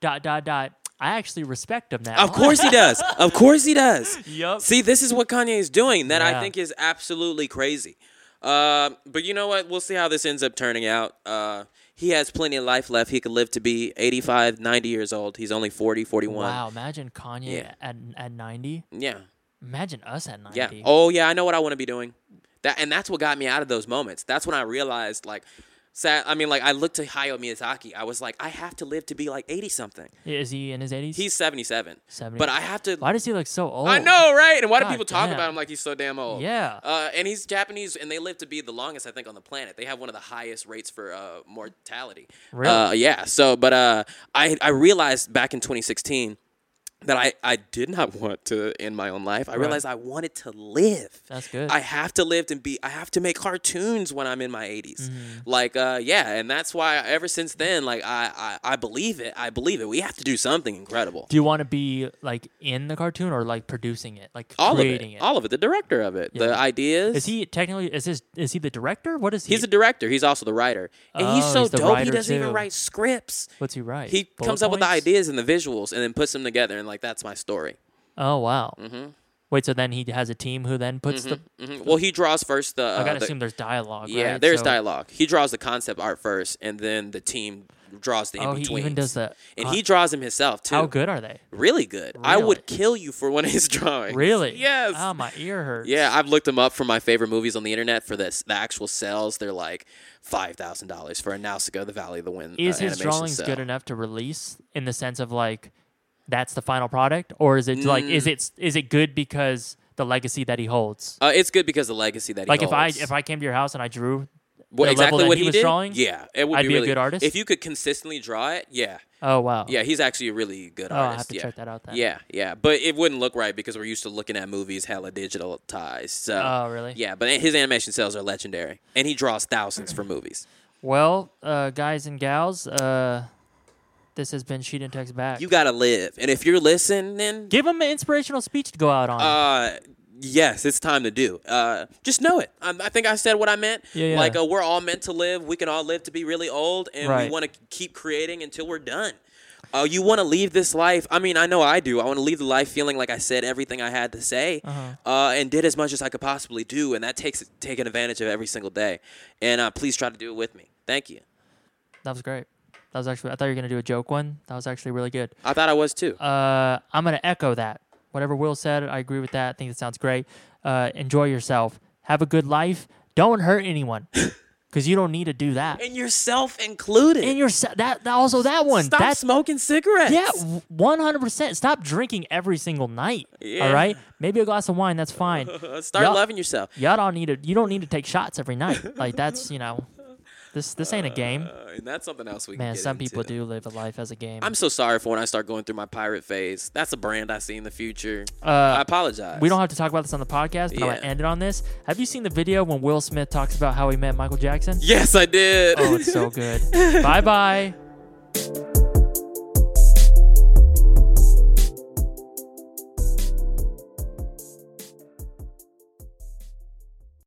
Dot dot dot. I actually respect him now.
Of course he does. Of course he does.
Yup.
See, this is what Kanye is doing that
Yeah.
I think is absolutely crazy. Uh, but you know what? We'll see how this ends up turning out. Uh, he has plenty of life left. He could live to be 85, 90 years old. He's only 40, 41.
Wow, imagine Kanye
Yeah.
at at ninety.
Yeah.
Imagine us at ninety.
Yeah. Oh yeah, I know what I want to be doing. That and that's what got me out of those moments. That's when I realized like sad I mean like I looked to Hayao Miyazaki. I was like I have to live to be like 80 something.
Is he in his eighties?
He's 77.
70.
But I have to
Why does he look so old?
I know, right? And why
God
do people talk
damn.
about him like he's so damn old?
Yeah.
Uh, and he's Japanese, and they live to be the longest, I think, on the planet. They have one of the highest rates for uh, mortality.
Really?
Uh, yeah. So, but uh, I I realized back in 2016 that I I did not want to end my own life. I realized I wanted to live.
That's good.
I have to live and be. I have to make cartoons when I'm in my 80s.
Mm-hmm.
Like, uh, yeah, and that's why ever since then, like, I, I I believe it. I believe it. We have to do something incredible.
Do you want to be like in the cartoon or like producing it, like
all of it,
creating it?
all of it. The director of it, the ideas.
Is he technically? Is his? Is he the director? What is he?
He's a director. He's also the writer, and
Oh,
he's so
he's the
dope. He
writer,
doesn't
too.
even write scripts.
What's he write?
He
Bullet
comes up with the
points?
ideas and the visuals, and then puts them together, and like that's my story.
Oh wow.
Mm-hmm.
Wait, so then he has a team who then puts the.
Mhm. Well, he draws first the.
I
uh,
gotta
the-
assume there's dialogue.
yeah,
right?
there's
So-
dialogue. He draws the concept art first, and then the team draws the
Oh,
in
he
between.
even does the.
and
uh,
he draws them himself too.
How good are they?
Really good. I would
Really?
kill you for one of his drawings.
Really?
Yes.
Oh, my ear hurts.
Yeah, I've looked them up for my favorite movies on the internet for this. The actual sales, they're like five thousand dollars for a Nausicaa of the Valley of the Wind.
Is
uh,
his
animation
drawings
sale.
good enough to release in the sense of like that's the final product, or is it like is
Mm.
it is it good because the legacy that he holds?
Uh, it's good because the legacy that he
Like if I
holds.
if I came to your house and I drew
Well,
the level
exactly
that
what
he was
did,
drawing,
yeah, it would
I'd
be,
be a
really,
good artist?
If you could consistently draw it, yeah,
Oh wow.
yeah, he's actually a really good
Oh, I
artist.
have to
yeah.
check that out then.
Yeah, yeah, but it wouldn't look right because we're used to looking at movies hella digital ties. So,
Oh really?
yeah, but his animation sales are legendary, and he draws thousands for movies.
Well, uh, guys and gals, uh, this has been She and Text Back.
You gotta live, and if you're listening,
Give him an inspirational speech to go out on.
Uh, yes, it's time to do. Uh, just know it. I, I think I said what I meant.
Yeah, yeah.
Like uh, we're all meant to live. We can all live to be really old, and
Right.
we want to keep creating until we're done. Uh, you want to leave this life? I mean, I know I do. I want to leave the life feeling like I said everything I had to say,
Uh-huh.
uh and did as much as I could possibly do, and that takes taking advantage of every single day. And uh, please try to do it with me. Thank you.
that was great. That was actually I thought you were gonna do a joke one. That was actually really good.
I thought I was too.
uh, I'm going to echo that. Whatever Will said, I agree with that. I think it sounds great. Uh, enjoy yourself. Have a good life. Don't hurt anyone because you don't need to do that.
and yourself included.
And your that, that also that one.
Stop
That's
smoking cigarettes.
yeah, one hundred percent. Stop drinking every single night. All
Yeah.
right, maybe a glass of wine. That's fine.
Uh, start
Yup.
loving yourself.
Y'all don't need to. You don't need to take shots every night. Like that's you know, this this ain't a game.
Uh, and that's something else we can
Man,
get
some people
into.
do live a life as a game.
I'm so sorry for when I start going through my pirate phase. That's a brand I see in the future.
Uh,
I apologize.
We don't have to talk about this on the podcast, but I'm gonna
Yeah.
end it on this. Have you seen the video when Will Smith talks about how he met Michael Jackson?
Yes, I did.
Oh, it's so good. bye bye.